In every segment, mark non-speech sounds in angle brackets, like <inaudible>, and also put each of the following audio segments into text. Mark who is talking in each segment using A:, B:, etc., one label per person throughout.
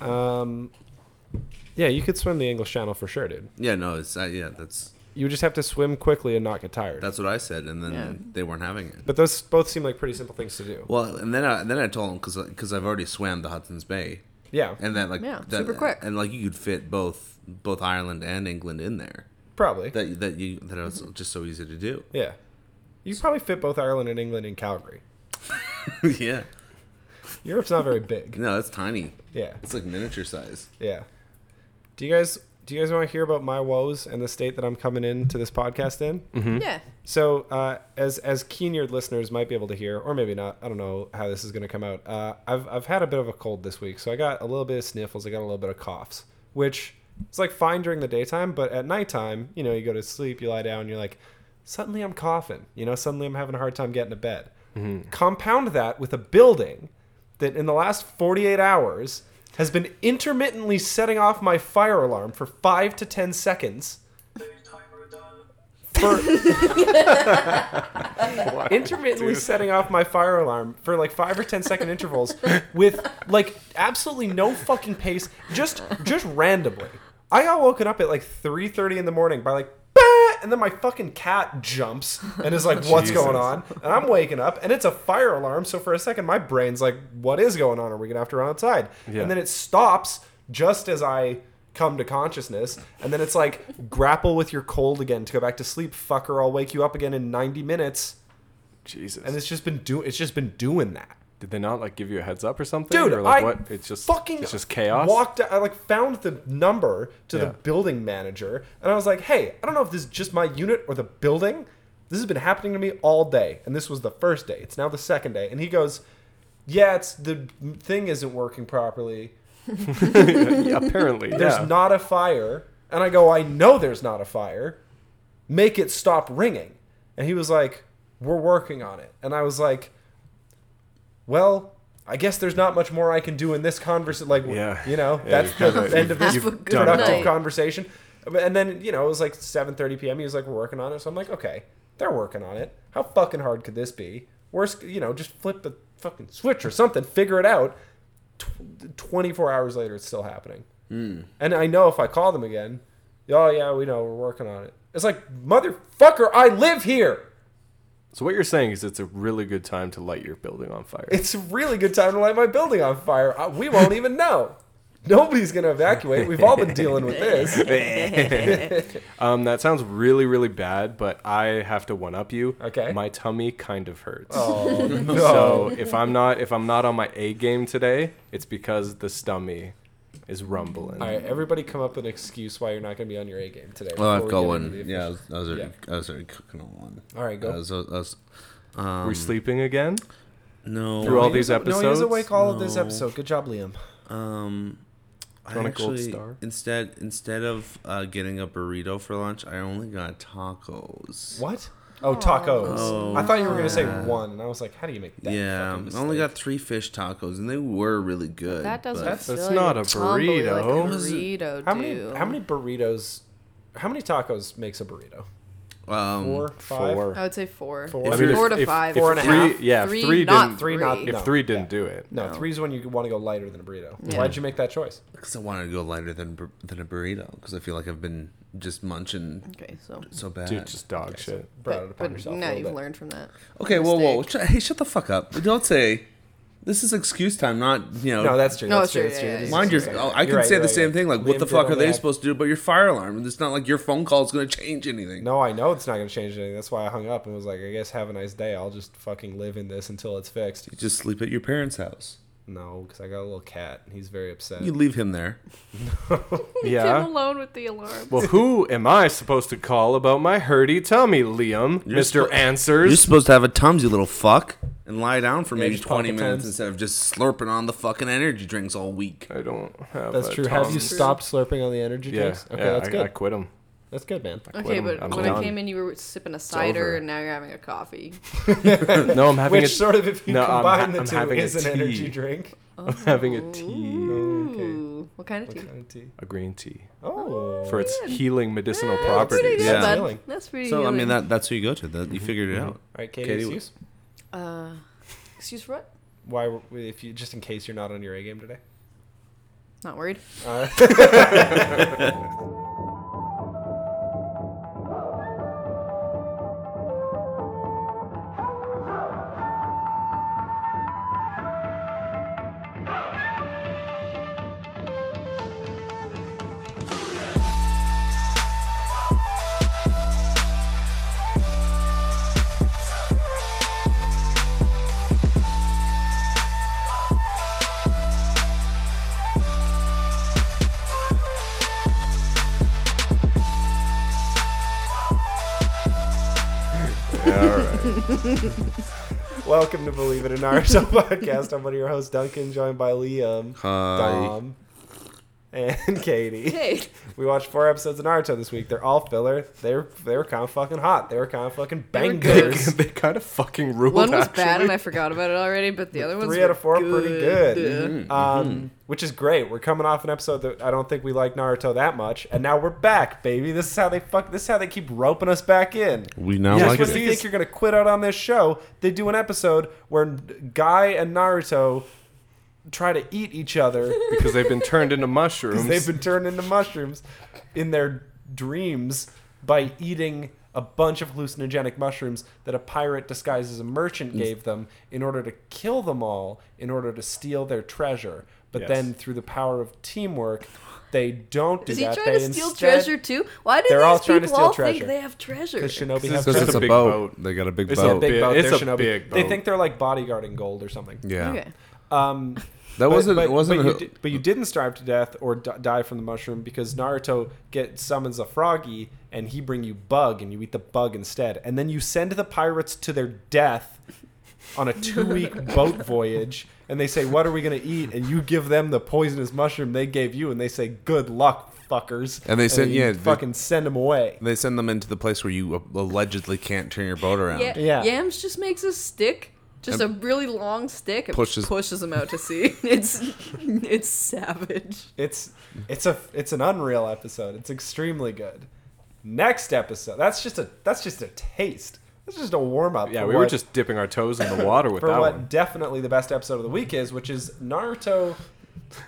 A: Um, yeah, you could swim the English Channel for sure, dude.
B: Yeah, no, it's uh, yeah, that's
A: You would just have to swim quickly and not get tired.
B: that's what I said, and then
C: Yeah.
B: they weren't having it.
A: but those both seem like pretty simple things to do.
B: Well, and then I, then I told him because I've already swam the Hudson's Bay,
A: yeah,
B: and that like
C: Yeah,
B: that-
C: super quick.
B: and like you could fit both both Ireland and England in there.
A: probably.
B: That that you that it was
C: Mm-hmm.
B: just so easy to do. <laughs>
A: yeah, you could probably fit both Ireland and England in Calgary.
B: yeah,
A: Europe's not very
B: <laughs>
A: big.
B: no, it's tiny.
A: Yeah,
B: It's like miniature size.
A: yeah. Do you guys do you guys want to hear about my woes and the state that I'm coming into this podcast in?
B: Mm-hmm.
D: Hmm?
C: Yeah.
A: So, uh, as as keen-eared listeners might be able to hear, or maybe not. I don't know how this is going to come out. Uh, I've I've had a bit of a cold this week, so I got a little bit of sniffles. I got a little bit of coughs, which it's like fine during the daytime, but at nighttime, you know, you go to sleep, you lie down, you're like, suddenly I'm coughing. You know, suddenly I'm having a hard time getting to bed. Compound that with a building that in the last 48 hours has been intermittently setting off my fire alarm for five to ten seconds. For intermittently setting off my fire alarm for like five or ten second intervals with like absolutely no fucking pace, just just randomly. I got woken up at like three thirty in the morning by like, "Bah!" and then my fucking cat jumps and is like, "What's
B: Jesus.
A: going on?" And I'm waking up, and it's a fire alarm. So for a second, my brain's like, "What is going on? Are we gonna have to run outside?"
D: Yeah.
A: And then it stops just as I come to consciousness and then it's like grapple with your cold again to go back to sleep fucker i'll wake you up again in 90 minutes
D: Jesus.
A: and it's just been do it's just been doing that.
D: Did they not like give you a heads up or something?
A: Dude,
D: or, like
A: I
D: what? It's just
A: fucking
D: It's just chaos.
A: Walked I like found the number to the
D: Yeah.
A: building manager and I was like, "Hey, I don't know if this is just my unit or the building. This has been happening to me all day." And this was the first day. It's now the second day. And he goes, "Yeah, it's the thing isn't working properly.
D: <laughs> Yeah, apparently,
A: There's
D: yeah.
A: not a fire." And I go, "I know there's not a fire. Make it stop ringing." And he was like, "We're working on it." And I was like, well, I guess there's not much more I can do in this conversation. Like,
D: Yeah.
A: you know,
D: Yeah,
A: that's
D: you've
A: the
D: kinda-
A: end of this
C: you've Have a good
A: productive
C: night.
A: conversation. And then, you know, it was like 7.30 p.m. He was like, we're working on it. So I'm like, okay, they're working on it. How fucking hard could this be? Worst, you know, just flip a fucking switch or something, figure it out. Tw- 24 hours later, it's still happening.
D: Hmm.
A: And I know if I call them again, oh, yeah, we know, we're working on it. It's like, motherfucker, I live here.
D: So what you're saying is it's a really good time to light your building on fire.
A: it's a really good time to light my building on fire. I- We won't even know. Nobody's going to evacuate. We've all been dealing with
B: <laughs>
A: this.
D: <laughs>
A: <laughs>
D: um, that sounds really, really bad, but I have to one up you.
A: Okay.
D: My tummy kind of hurts.
A: Oh, no.
D: <laughs> So if I'm not if I'm not on my A game today, it's because the stummy is rumbling.
A: all right, everybody come up with an excuse why you're not going to be on your A game today.
B: Well,
A: before
B: I've
A: we
B: got
A: get
B: one.
A: into the
B: Yeah, I
A: official-
B: was, I was already,
A: Yeah.
B: I was already cooking on one.
A: All right, go.
B: I was, I was, I was- um,
D: We're sleeping again.
B: no.
D: through all
A: He
D: these
A: was- No, he was
D: episodes?
A: awake all of this
B: No.
A: episode. Good job, Liam.
B: Um, I
D: want a gold
B: actually
D: star?
B: instead instead of uh, getting a burrito for lunch, I only got tacos.
A: What? Oh, tacos.
B: Oh,
A: I thought you were going to say
B: yeah.
A: one, and I was like, how do you make that?
B: yeah,
A: fucking
B: I only
A: mistake?
B: got three fish tacos, and they were really good.
C: That doesn't.
B: but-
D: That's
C: fill
D: not
C: your
D: a
C: tumble like a
D: burrito.
B: What is it?
C: burrito,
A: How many,
C: dude.
A: how many burritos? How many tacos makes a burrito?
B: um,
A: Four, five. Uh,
D: Four.
C: I would say four.
A: Four.
C: Four,
A: I
D: mean, if-
C: to
D: if-
C: five.
D: if
A: Four and a
D: three-
A: half.
D: yeah, if
C: three,
D: three
C: not
D: didn't-
C: three.
A: not-
D: If
A: No,
D: three didn't
A: yeah.
D: do it,
A: No,
C: No.
A: three's when you want to go lighter than a burrito.
C: Yeah.
A: Why'd you make that choice?
B: Because I wanted to go lighter than bur- than a burrito, because I feel like I've been just munching
C: Okay, so.
B: so bad.
D: dude, just dog shit.
A: Brought it upon
C: but
A: yourself. a
C: now
A: little
C: you've
A: bit.
C: learned from that.
B: okay, whoa, whoa,
C: mistake.
B: sh- hey, shut the fuck up! Don't say. This is excuse time, not you know.
A: No, that's true.
C: No,
A: that's
C: it's
A: true.
C: true,
A: That's
C: yeah,
A: true.
C: yeah,
A: It
C: yeah.
A: is
B: Mind you,
A: true.
B: I could
A: You're
B: say
A: right,
B: the
A: you're
B: same
A: right.
B: thing. Like,
A: Liam
B: what the
A: did
B: fuck
A: all
B: are they
A: that.
B: supposed to do about your fire alarm? It's not like your phone call's going to change anything.
A: No, I know it's not going to change anything. That's why I hung up and was like, I guess have a nice day. I'll just fucking live in this until it's fixed.
B: You just sleep at your parents' house.
A: No, because I got a little cat and he's very upset.
B: You leave him there.
D: Yeah.
C: Him alone with the alarm.
D: Well, who am I supposed to call about my hurdy tummy, Liam?
B: You're
D: Mr.
B: spo-
D: Answers.
B: You're supposed to have a tums, you little fuck, and lie down for maybe
A: just
B: 20
A: pocket
B: minutes
A: tums.
B: instead of just slurping on the fucking energy drinks all week.
D: I don't have.
A: that's
D: a
A: true. Have you
D: Tums.
A: stopped slurping on the energy
D: Yeah,
A: drinks? Okay,
D: yeah,
A: that's
D: I,
A: good.
D: I quit them.
A: That's good, man.
C: Okay,
D: quit 'em.
C: but
D: I'm
C: when
D: done.
C: I came in, you were sipping a cider,
D: over.
C: and now you're having a coffee.
D: <laughs> No, I'm having
A: Which
D: a,
A: sort of, if you
D: No, I'm ha-
A: combine the
D: I'm
A: two,
D: having a
A: is an energy
C: <laughs>
D: tea.
A: drink?
D: <laughs> I'm having a tea,
A: Oh,
C: Ooh, what kind of
A: What
C: tea?
A: kind of tea?
D: a green tea,
A: Oh.
D: for its healing medicinal
C: Yeah, that's pretty
D: properties.
C: good,
B: Yeah.
C: bud.
A: Healing.
C: That's pretty.
B: So, I mean,
C: healing.
B: that that's who you go to. That, you figured it out.
A: All right, Katie,
B: Katie,
A: excuse?
C: Uh, excuse for what?
A: Why, were- if you, just in case you're not on your A game today?
C: Not worried.
A: Uh,
D: All right.
A: welcome to Believe It in RSL <laughs> podcast. I'm one of your hosts, Duncan, joined by Liam,
B: Hi.
A: Dom, and <laughs> Katie.
C: Hey.
A: We watched four episodes of Naruto this week. They're all filler. They were they were kind of fucking hot. They were kind of fucking
C: They were
D: <laughs> They,
A: bangers.
D: they kind of fucking
A: <laughs>
D: ruled.
C: One was
D: actually.
C: bad and I forgot about it already, but the other ones
A: Three out
C: were
A: of four are pretty good.
C: Yeah.
A: Um, Which is great. We're coming off an episode that I don't think we like Naruto that much, and now we're back, baby. This is how they fuck. This is how they keep roping us back in.
B: We now
D: Yeah,
A: Just
B: like
A: when
B: it.
A: you think you're gonna quit out on this show, they do an episode where Guy and Naruto try to eat each other
D: <laughs> because they've been turned into <laughs> mushrooms.
A: because they've been turned into mushrooms in their dreams by eating a bunch of hallucinogenic mushrooms that a pirate disguised as a merchant
D: Mm.
A: gave them in order to kill them all in order to steal their treasure. But
D: Yes.
A: then through the power of teamwork, they don't do
C: Is he
A: that. they
C: trying to steal
A: instead,
C: treasure too? Why do
A: They're
C: these
A: all trying to
C: people
A: steal
C: all
A: treasure.
C: think they have treasure?
A: Because Shinobi has
D: Because
A: treasure.
B: Because
D: It's
B: it's
D: a
B: a
D: big
B: boat.
D: boat.
B: They got a big
D: It's a
A: They're
B: boat.
A: a big boat.
D: It's
A: They're
D: a
A: Shinobi.
D: big
A: They
D: boat.
A: think they're like bodyguarding gold or something.
B: yeah.
C: Okay.
A: Um,
B: That
A: But-
B: wasn't.
A: But,
B: it wasn't.
A: But,
B: a-
A: you, di- but you didn't starve to death or d- die from the mushroom because Naruto get summons a froggy and he bring you bug and you eat the bug instead, and then you send the pirates to their death on a two week
B: <laughs>
A: boat voyage, and they say, "What are we gonna eat?" and you give them the poisonous mushroom they gave you, and they say, "Good luck, fuckers,"
B: And they send-
A: you
B: yeah, they-
A: fucking send them away.
B: they send them into the place where you allegedly can't turn your boat around.
C: Yeah,
A: Yeah.
C: Yams just makes a stick, just a really long stick, and
B: Pushes-
C: pushes them out
A: <laughs>
C: to sea. <laughs> It's it's savage.
A: It's it's a it's an unreal episode. It's extremely good. Next episode. That's just a that's just a taste. That's just a warm up.
D: yeah, we were just dipping our toes
A: <laughs>
D: in the water with
A: for
D: that
A: what
D: one.
A: definitely the best episode of the week is, which is Naruto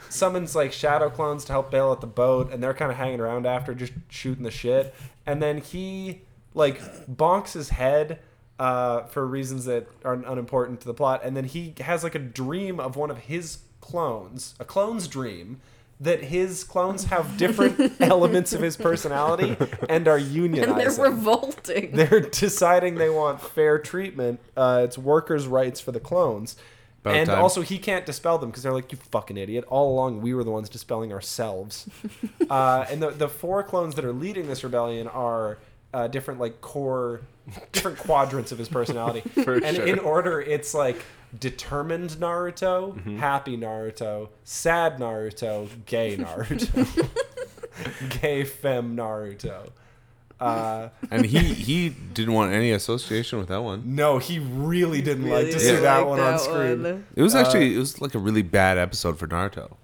A: summons like shadow clones to help bail out the boat, and they're kind of hanging around after just shooting the shit, and then he like bonks his head. Uh, for reasons that are unimportant to the plot, and then he has like a dream of one of his clones, a clone's dream, that his clones have different elements of his personality and are unionized
C: And they're revolting.
A: <laughs> they're deciding they want fair treatment. Uh, it's workers' rights for the clones.
B: About
A: and
B: time.
A: also, he can't dispel them because they're like, you fucking idiot. All along, we were the ones dispelling ourselves. uh, and the, the four clones that are leading this rebellion are uh, different, like, core, different quadrants of his personality.
D: For
A: and
D: sure.
A: in order, it's like determined Naruto, happy Naruto, sad Naruto, gay Naruto, <laughs> gay femme Naruto. Uh,
B: And he he didn't want any association with that one.
A: no, he really didn't like
C: Really
A: to
C: didn't
A: see that
C: like
A: one on
C: that
A: screen.
C: one.
B: It
A: Uh,
B: was actually it was like a really bad episode for Naruto.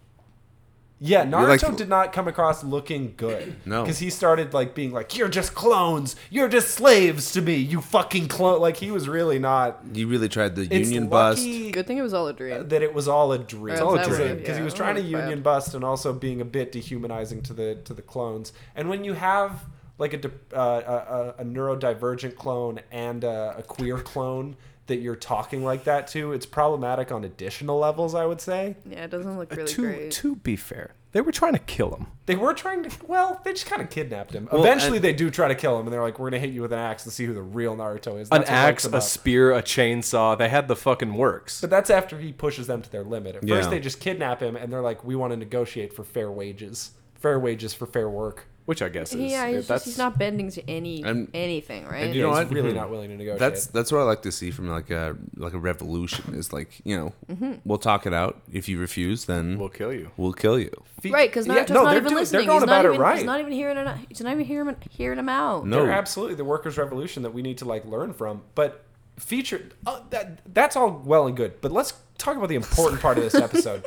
A: Yeah,
B: like-
A: Naruto did not come across looking good.
B: No.
A: because he started like being like, "You're just clones. You're just slaves to me. You fucking clone." Like he was really not.
B: You really tried the
A: It's
B: union
A: lucky
C: Good thing it was all a dream.
A: that it was all a dream.
C: It's all
B: a dream,
A: because
C: yeah.
A: he was trying to
C: That's bad.
A: union bust and also being a bit dehumanizing to the to the clones. And when you have like a de- uh, a, a, a neurodivergent clone and a, a queer clone that you're talking like that to, it's problematic on additional levels. I would say.
C: Yeah, it doesn't
A: uh,
C: look really
D: to
C: great.
D: to be fair, they were trying to kill him.
A: They were trying to. Well, they just kind of kidnapped him. Eventually, they do try to kill him, and they're like, "We're gonna hit you with an axe and see who the real Naruto is."
D: An
A: That's what it's
D: axe, a
A: about.
D: spear, a chainsaw. They had the fucking works.
A: but that's after he pushes them to their limit. At first,
B: Yeah.
A: they just kidnap him, and they're like, "We want to negotiate for fair wages, fair wages for fair work."
D: Which I guess is
C: yeah, he's, just,
D: that's
C: he's not bending to any
B: And-
C: anything, right?
B: and you know
A: He's
B: what? Hmm.
A: really not willing to negotiate.
B: That's that's what I like to see from like a like a revolution is like you know
C: Mm-hmm.
B: we'll talk it out. If you refuse, then
D: will
B: we'll,
D: kill you.
B: kill you.
A: Fe-
C: Right, because
A: Yeah,
C: Naruto's
A: no,
C: not
A: they're
C: even
A: doing-
C: listening.
A: They're going
C: he's,
A: about
C: not
A: it
C: even,
A: right.
C: he's not even hearing it. He's not even hearing him, hearing him out.
B: No.
A: They're absolutely the workers' revolution that we need to like learn from. But
B: <laughs>
A: feature uh, that that's all well and good. But let's talk about the important part of this episode.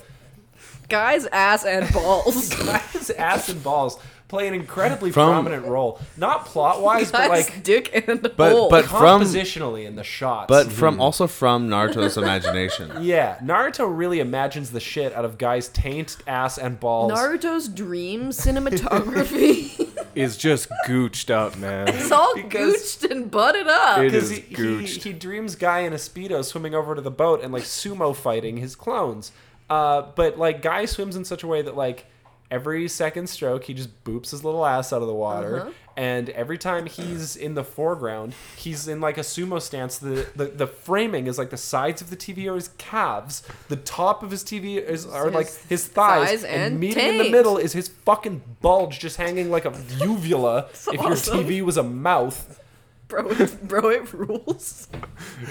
C: Guys, ass, <laughs> and balls.
A: <laughs> Guy's ass and balls play an incredibly
B: From-
A: prominent role, not plot wise, but
C: Guys,
A: like
C: dick, and
B: But-
C: hole.
B: but- From-
A: compositionally in the shots.
B: But from also from Naruto's imagination.
A: yeah, Naruto really imagines the shit out of Guy's taint, ass, and balls. <laughs>
C: Naruto's dream cinematography.
D: is just gooched up, man.
C: it's all
A: Because-
C: gooched and butted up.
D: It-
A: because
D: is
A: he, he,
D: gooched.
A: he dreams guy in a speedo swimming over to the boat and like sumo fighting his clones uh, but like guy swims in such a way that like every second stroke he just boops his little ass out of the water and every time he's in the foreground he's in like a sumo stance the, the the framing is like the sides of the tv are his calves the top of his tv is are
C: His
A: like his thighs,
C: thighs
A: and,
C: and
A: meeting in the
C: taint.
A: middle is his fucking bulge just hanging like a uvula if
C: awesome.
A: your tv was a mouth
C: bro, it, bro, it
A: <laughs>
C: rules.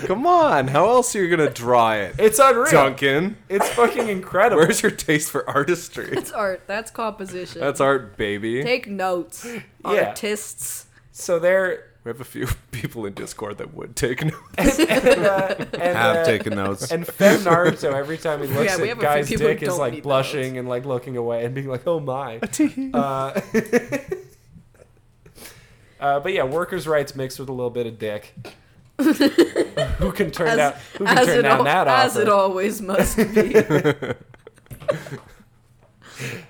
D: Come on, how else are you gonna draw it,
A: it's unreal
D: Duncan?
A: It's fucking incredible.
D: Where's your taste for artistry?
C: That's art. That's composition.
D: That's art, baby.
C: Take notes,
A: Yeah.
C: artists.
A: so
C: <laughs>
A: they're
D: we have a few <laughs> people in Discord that would take <laughs> notes.
A: and, uh, and, uh,
B: Have taken notes.
A: and Fem Naruto every time he looks
C: <laughs> Yeah, we
A: at
C: have a few
A: guy's
C: people who
A: dick is
C: don't
A: like
C: need
A: blushing and like looking away and being like, oh
D: <laughs>
A: my. uh, <laughs> uh, but yeah, workers' rights mixed with a little bit of dick. <laughs> who can turn
C: As,
A: down? Who can
C: as
A: turn
C: it
A: down
C: al-
A: that
C: as
A: offer?
C: it always
A: <laughs>
C: must be.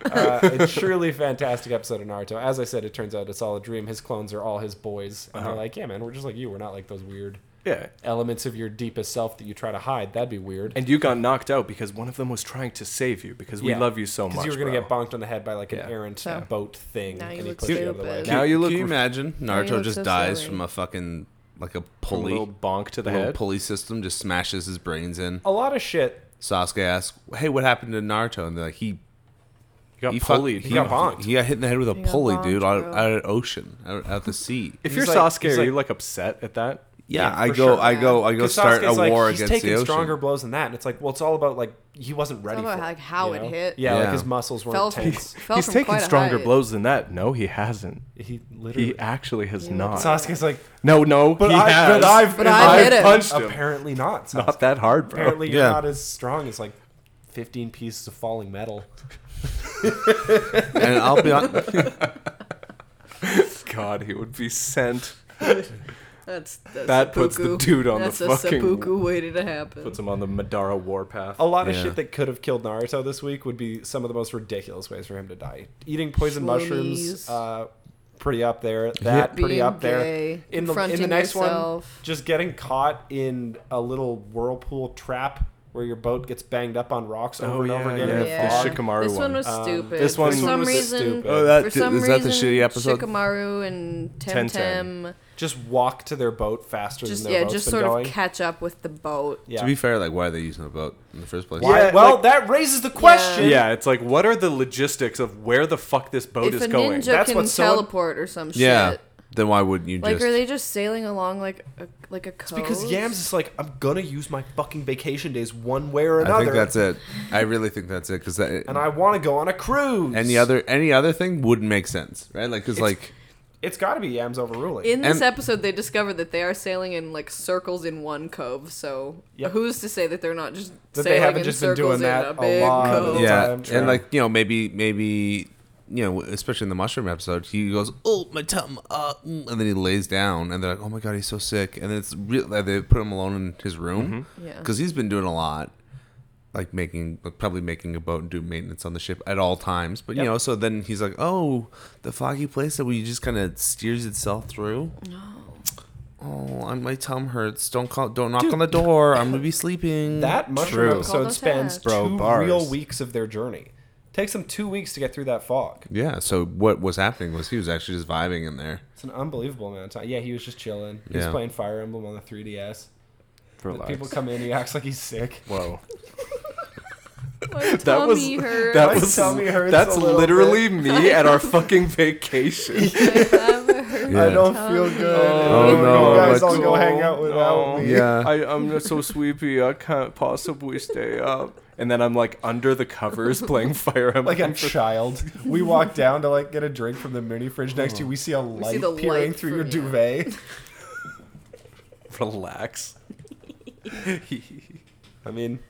A: uh,
D: <laughs>
A: it's truly fantastic episode of Naruto. As I said, it turns out it's all a dream. His clones are all his boys, and
D: Uh-huh.
A: they're like, yeah, man, we're just like you. We're not like those weird
D: Yeah.
A: elements of your deepest self that you try to hide. That'd be weird.
D: And you got knocked out because one of them was trying to save you because we
A: Yeah.
D: love you so
A: Because
D: much.
A: you were going to get
D: bro.
A: bonked on the head by like an
D: Yeah.
A: errant
C: So,
A: boat thing.
C: now you
A: and he
C: look
A: pushed you out of the way.
C: stupid.
D: Now you look
B: Can you
D: a
B: imagine
C: you
B: Naruto
C: look
B: just
C: so
B: dies
C: silly.
B: from a fucking like a pulley,
D: little bonk to the
B: little
D: head.
B: pulley system, just smashes his brains in.
A: A lot of shit.
B: Sasuke asks, "Hey, what happened to Naruto?" And they're like, "He
D: You got
B: he
D: pulleyed.
B: Fuck,
A: He got bonked.
B: He got hit in the head with a
C: He got
B: pulley,
C: bonked,
B: dude, out,
C: bro.
B: out of the ocean, out, out the sea."
D: if
A: he's
D: you're
A: like-
D: Sasuke,
A: he's
D: are
A: like-
D: you like upset at that?
B: Yeah,
A: Yeah,
B: I
A: for
B: go,
A: sure.
B: I go, I go
A: Because
B: start a
A: Sasuke's like,
B: war
A: he's
B: against
A: taking
B: the ocean.
A: stronger blows than that. And it's like, well, it's all about like he wasn't ready
C: about,
A: for
C: like,
A: it,
C: how
A: you
C: it
A: know?
C: hit.
A: Yeah, like
B: Yeah.
A: his muscles were
C: Fell
A: not
C: from-
A: tense.
C: Fell
D: he's
C: from
D: taking
C: quite a
D: stronger
C: height.
D: blows than that. No, he hasn't.
A: <laughs> He literally.
D: He actually has
C: Yeah.
D: not.
A: Sasuke's like,
D: no, no,
A: but
D: he
A: I,
D: has.
A: but I've,
C: But
A: and
C: I
A: I've
C: hit him.
D: punched him.
A: Apparently not. Sasuke.
D: Not that hard, bro.
A: Apparently you're
B: Yeah.
A: not as strong as like 15 pieces of falling metal.
B: and I'll
A: <laughs>
B: be on,
D: God, he would be sent.
C: That's, that's
D: That puts the
C: seppuku.
D: dude on the
C: that's a
D: fucking-
C: seppuku waiting to happen.
D: Puts him on the Madara warpath.
A: A lot of
B: Yeah.
A: shit that could have killed Naruto this week would be some of the most ridiculous ways for him to die. Eating poison mushrooms,
C: Shlomies.
A: uh, pretty up there. That pretty
C: Being
A: up there.
C: gay,
A: In the in the
C: confronting
A: next
C: yourself.
A: one, just getting caught in a little whirlpool trap where your boat gets banged up on rocks over
D: Oh,
A: and over
D: yeah,
A: again. in the
D: yeah. The
A: fog.
D: Shikamaru- Shikamaru
C: this
D: one.
C: one was stupid.
D: this one-
C: for
D: This one
C: some
A: was
C: reason,
A: stupid.
B: Oh, that
C: for
B: di-
C: some
B: is that the
C: reason,
B: shitty episode?
C: Shikamaru and Temtem
D: Temtem.
A: Just walk to their boat faster
C: just
A: than their
C: yeah,
A: boat's
C: just
A: been
C: sort
A: going.
C: of catch up with the boat.
A: yeah.
B: To be fair, like why are they using a boat in the first place?
A: Why-
D: Yeah,
A: well,
D: like-
A: that raises the question.
D: Yeah, it's like, what are the logistics of where the fuck this boat
C: if
D: is
C: a
D: going?
C: ninja
A: That's
C: can
A: what's so-
C: teleport or some
B: Yeah.
C: shit,
B: Then why wouldn't you
C: like
B: just?
C: are they just sailing along like a, like a coast?
A: Because Yams is like, I'm gonna use my fucking vacation days one way or another.
B: I think that's it. I really think that's it because that
A: And I want to go on a cruise.
B: any other any other thing wouldn't make sense, right? Like because like
A: It's got to be Yams overruling.
C: In this
B: And-
C: episode, they discovered that they are sailing in like circles in one cove. So
A: Yep.
C: who's to say that they're not just
A: That they
C: sailing
A: haven't
C: in
A: just been
C: circles
A: doing that
C: in
A: a
C: a big
A: lot of the
C: cove?
A: time.
B: yeah,
A: sure.
B: and like you know maybe maybe you know especially in the mushroom episode he goes oh my tum uh, mm," and then he lays down and they're like oh my god he's so sick and then it's real like, they put him alone in his room
A: Mm-hmm.
C: Yeah.
B: because he's been doing a lot like making like, probably making a boat and doing maintenance on the ship at all times but
A: Yep.
B: you know so then he's like oh the foggy place that we just kind of steers itself through. Oh, I'm, my tum hurts. Don't call. Don't knock
A: Dude.
B: on the door. I'm gonna be sleeping.
A: That mushroom
B: True.
C: Call
A: episode
C: those
A: spans
C: hats.
D: Bro,
A: two
D: bars.
A: real weeks of their journey. Takes them two weeks to get through that fog.
B: Yeah. So what was happening was he was actually just vibing in there.
A: It's an unbelievable amount of time. Yeah, he was just chilling. He was
B: Yeah.
A: playing Fire Emblem on the 3DS.
D: Relax.
A: People come in, he acts like he's sick.
D: Whoa.
C: My
D: That was
C: tummy hurts.
D: that
A: My
D: was
A: tummy hurts
D: that's
A: a little
D: literally me at our
A: <laughs>
C: <laughs>
D: fucking vacation.
B: <laughs>
C: I have a hurt.
B: Yeah.
C: feel good.
B: Oh, no,
A: you guys
B: but-
A: all go Oh. hang out without
D: oh, No.
A: me.
B: Yeah.
D: I, I'm just so sleepy. I can't possibly stay up. And then I'm like under
A: <laughs>
D: the covers playing Fire Emblem. <laughs>
A: Like a
D: for-
A: child, we walk down to like get a drink from the mini fridge next
D: Oh.
A: to you. We see a light
C: see the
A: peering
C: light
A: through your
C: from-
A: duvet.
D: relax. <laughs>
A: I mean,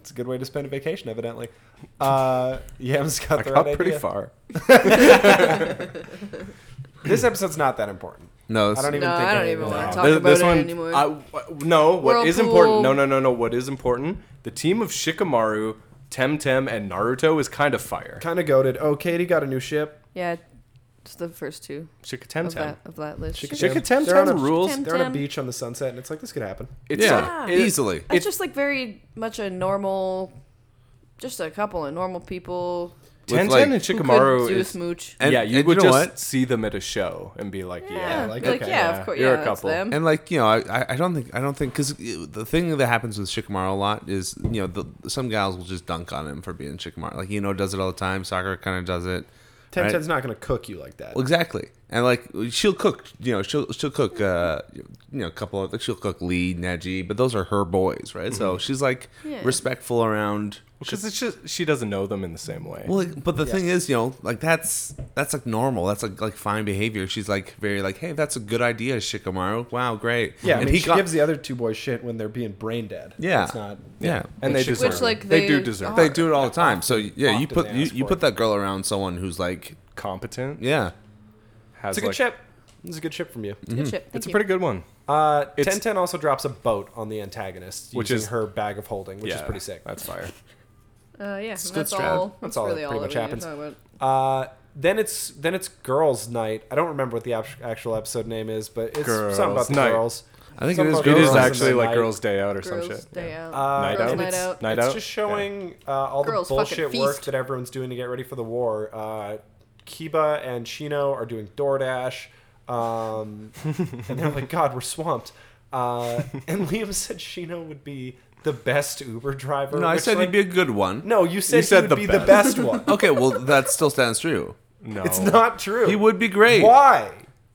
A: it's a good way to spend a vacation, evidently. Uh, Yam's got
D: I
A: the
D: got
A: right
D: pretty
A: idea.
D: far.
A: This episode's not that important.
B: No, it's,
A: I don't even
C: No,
A: think
C: I don't
A: any of
C: even
A: it-
C: wanna
A: no.
C: talk about it anymore.
D: I, w- no, what is important? No,
C: Whirlpool.
D: no, no, no. What is important? The team of Shikamaru, Temtem, and Naruto is kind of fire.
A: Kind of goaded. Oh, Katie got a new ship.
C: Yeah, just the first two of
D: Shikatemtem.
C: that of that list.
A: Shika-
C: Shika-
D: Shikatemtem
A: They're on a-
D: rules.
C: Shikatem-
A: They're on a
C: Tim.
A: beach on the sunset, and it's like this could happen.
D: It's
B: yeah,
D: like-
C: Yeah.
D: it-
B: easily.
D: It-
C: That's just like very much a normal, just a couple of normal people
B: With,
D: Temtem
B: like-
D: and
C: who could
D: Shikamaru
C: do a
D: is.
C: smooch.
B: And-
D: yeah, you
B: and
D: would
B: know
D: just
B: what?
D: see them at a show and be like, yeah,
C: Yeah,
A: like,
C: like,
A: okay,
C: yeah,
D: yeah,
C: of course,
D: you're
C: yeah,
D: a
C: that's
D: couple.
C: them.
B: And like you know, I, I- I don't think I don't think because the thing that happens with Shikamaru a lot is you know the, some gals will just dunk on him for being Shikamaru. Like you know does it all the time. Soccer kind of does it.
A: Ten
B: right?
A: Ten's not going to cook you like that.
B: Well, exactly. And like she'll cook, you know, she'll she'll cook, uh, you know, a couple of like she'll cook Lee, Neji, but those are her boys, right?
D: Mm-hmm.
B: So she's like
C: Yeah.
B: respectful around.
D: because it's just she doesn't know them in the same way.
B: Well, like, but the thing is, you know, like that's that's like normal. That's like like fine behavior. She's like very like, hey, that's a good idea, Shikamaru. Wow, great.
A: Yeah, I
B: and
A: mean, she gives the other two boys shit when they're being brain dead.
B: Yeah.
A: It's not.
B: yeah,
D: and they
B: Which-
D: deserve
C: Which,
D: it.
C: like,
D: they,
C: they
D: do deserve
B: they
D: it.
B: do it all the time. So yeah, you
A: Often
B: put you,
A: asked
B: you
A: for
B: put
A: it.
B: that girl around someone who's like,
D: competent.
B: yeah,
D: Has
A: It's a good
D: like-
A: ship. It's a good ship from you.
C: Good shit. Thank
D: It's a
C: you.
D: pretty good one.
A: Uh,
D: It's-
A: Ten Ten also drops a boat on the antagonist,
D: Which
A: using
D: is-
A: her bag of holding, which
D: yeah,
A: is pretty sick.
D: That's fire.
C: Uh, yeah,
B: a
C: and
B: good
C: that's
B: strat.
C: all.
A: That's
C: That's
A: all that
C: really all
A: pretty
C: that
A: much
C: we need to
A: happens.
C: talk about.
A: Uh, then it's then it's girls' night. I don't remember what the act- actual episode name is, but it's
D: Girls'
A: something about the
D: night.
A: girls.
B: I think it
A: Something
B: is
A: about
D: It
B: Girls
D: is
A: and
B: night.
D: actually
A: the
D: like
A: night.
D: Girls' Day Out or some
C: Girls'
D: shit.
C: day
D: yeah.
C: out.
A: Uh,
D: Night
C: Girls'
D: out?
C: night out.
D: Night
A: it's
D: out?
A: just showing uh, all the
C: Girls fucking
A: bullshit work
C: feast.
A: that everyone's doing to get ready for the war. Uh, Kiba and Chino are doing DoorDash, um, and they're like, "God, we're swamped."
B: <laughs>
A: Uh, and Liam said Chino would be the best Uber driver.
B: No, I
A: which,
B: said
A: like,
B: he'd be a good one.
A: No, you said,
D: said
A: he would
D: the
A: be the
D: best.
A: best one.
B: <laughs> Okay, well that still stands true.
D: No,
A: It's not true.
B: He would be great.
A: Why?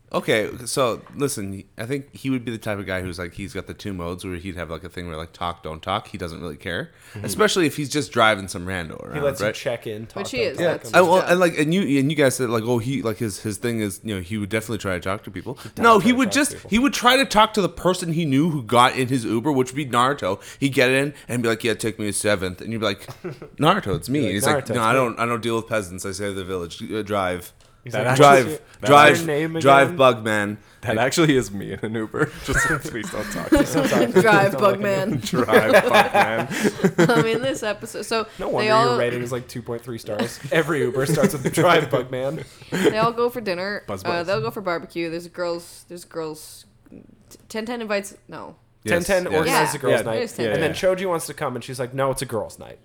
B: Okay, so listen, I think he would be the type of guy who's like he's got the two modes where he'd have like a thing where like talk, don't talk. He doesn't really care, especially if he's just driving some rando around.
A: Mm-hmm. He lets you
B: Uh, right?
A: check in. Talk
C: Which he
A: to him,
C: is,
A: talk
C: that's-
A: to
B: I,
A: him.
B: well,
C: Yeah.
B: and like, and you and you guys said like, oh, he like his his thing is you know he would definitely try to talk to people. no,
A: try
B: he
A: to
B: would
A: talk
B: just
A: to people.
B: he would try to talk to the person he knew who got in his Uber, which would be Naruto. He'd get in and be like, yeah, take me to seventh, and you'd be
A: <laughs>
B: like, Naruto, it's me.
A: like,
B: He's
A: "Naruto,
B: like,
A: it's
B: no, I
A: me."
B: don't I don't deal with peasants. I save the village. Uh, drive.
A: He's
D: That
A: like,
B: Drive,
A: "What's your-
B: drive,
A: what's your name <laughs>
B: drive,
A: again?"
B: bug man.
D: That actually is me in an Uber. <laughs> Just please don't talk. Just
C: <laughs> Drive Bugman. <laughs>
D: <laughs> drive, fuck, man.
C: I mean, this episode. So
A: No
C: they
A: wonder
C: all
A: your rating is like 2.3 stars. Every Uber starts with <laughs> drive, bug man.
C: they all go for
A: <laughs>
C: dinner.
D: Buzz
C: Uh,
D: buzz.
C: they'll go for barbecue. There's girls. There's girls. Ten Ten invites. No.
B: Yes,
A: 1010
B: yes.
A: organizes a girls'
D: Yeah,
A: night.
C: it is 10.
A: And then
D: Yeah,
A: Choji wants to come, and she's like, no, it's a girls' night.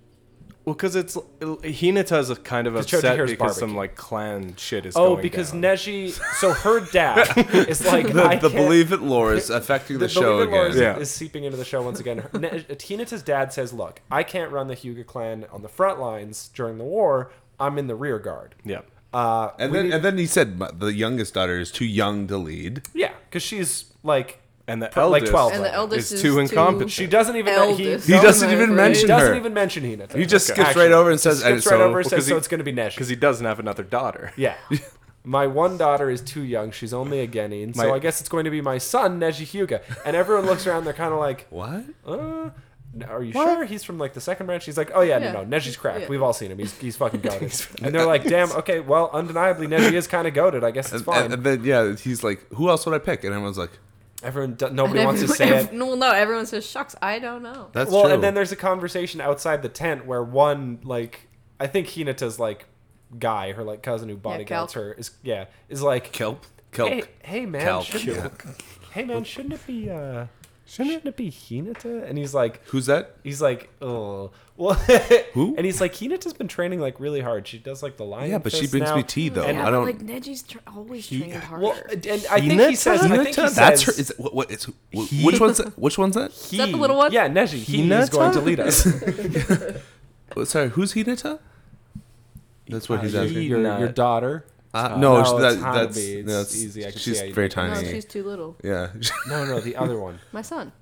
D: Well, because it's Hinata's a kind of
A: 'Cause Choji
D: upset
A: hears
D: because some
A: barbecue.
D: like clan shit is.
A: Oh,
D: going
A: because
D: down.
A: Neji. So <laughs> her dad is like, <laughs>
B: the,
A: I
B: the
A: can't-
B: believe it
A: <laughs>
B: lore is affecting the,
A: The
B: show
A: believe it lore
B: again.
A: is,
D: Yeah.
A: is seeping into the show once again. Her- Ne- <laughs> Hinata's dad says, look, I can't run the Hyuga clan on the front lines during the war. I'm in the rear guard.
D: yeah,
A: Uh,
B: And
A: we
B: then
A: need-
B: and then he said "My- the youngest daughter is too young to lead.
A: yeah, because she's like,
D: and the
A: Pro- like
D: eldest
A: 12.
C: And the eldest
D: is
C: is
D: too incompetent.
A: she doesn't even know. He,
C: Eldest.
B: He doesn't
C: Don't
B: even
C: worry.
A: He
B: mention
A: doesn't
B: her.
A: even mention Hinata.
B: He just skips
A: Actually,
B: right over and says,
A: skips
B: "And
A: right
B: so-
A: over and
B: well,
A: says,
D: 'cause
A: so
D: he-
A: it's going to be Neji.
D: because he doesn't have another daughter.
B: <laughs>
A: Yeah. My one daughter is too young. She's only a Genin, so
D: My-
A: I guess it's going to be my son, Neji Hyuga. And everyone looks around. They're kind of like,
B: What?
A: uh, are you sure? He's from like the second branch. He's like, oh yeah,
C: Yeah.
A: no, no, Neji's cracked.
C: Yeah.
A: We've all seen him. He's, he's
B: <laughs>
A: fucking goaded. and they're like, damn, okay, well, undeniably, Neji is kind of goaded. I guess it's
B: And,
A: fine.
B: and- and then yeah, he's like, "Who else would I pick?" And everyone's like,
A: everyone, do-
C: And
A: nobody wants to
C: everyone-
A: say it.
C: <laughs> ev- Well, no. Everyone says shucks. I don't know.
B: "That's
A: well,
B: true."
A: and then there's a conversation outside the tent where one like I think Hinata's like guy, her like cousin who bodyguards
C: Kelp.
A: her is yeah is like
B: kelp, kelp,
A: Hey, hey man,
B: kelp.
A: shouldn't,
B: yeah.
A: hey man, shouldn't it be uh, shouldn't it be Hinata? And he's like
B: Who's that?
A: he's like oh <laughs> well
B: Who?
A: and he's like Hinata's been training like really hard. She does like the lion.
B: Yeah, but she
A: fist
B: brings
A: now.
B: me tea though.
A: And-
B: I don't.
C: Like Neji's tr- always trained harder.
A: Well, uh, and I think he says I think he
B: Hinata?
A: says
B: that's her. Is what? what is, wh- which one's that? which one's that?
A: he,
C: that the little one?
A: Yeah, Neji. <laughs> He is going to lead
B: <laughs>
A: us.
B: Oh, Sorry, who's Hinata? That's what he's
A: your,
B: asking.
A: your, your
D: Hinata.
A: daughter.
B: Uh,
A: no,
B: no,
A: Oh, it's
B: that,
A: Hanabi.
B: that's,
A: It's
B: no, it's-
A: easy. I can
B: she's
A: see how you
B: very
A: can-
C: no,
B: tiny.
C: she's too little.
B: yeah.
A: No, no, the other one.
C: My son.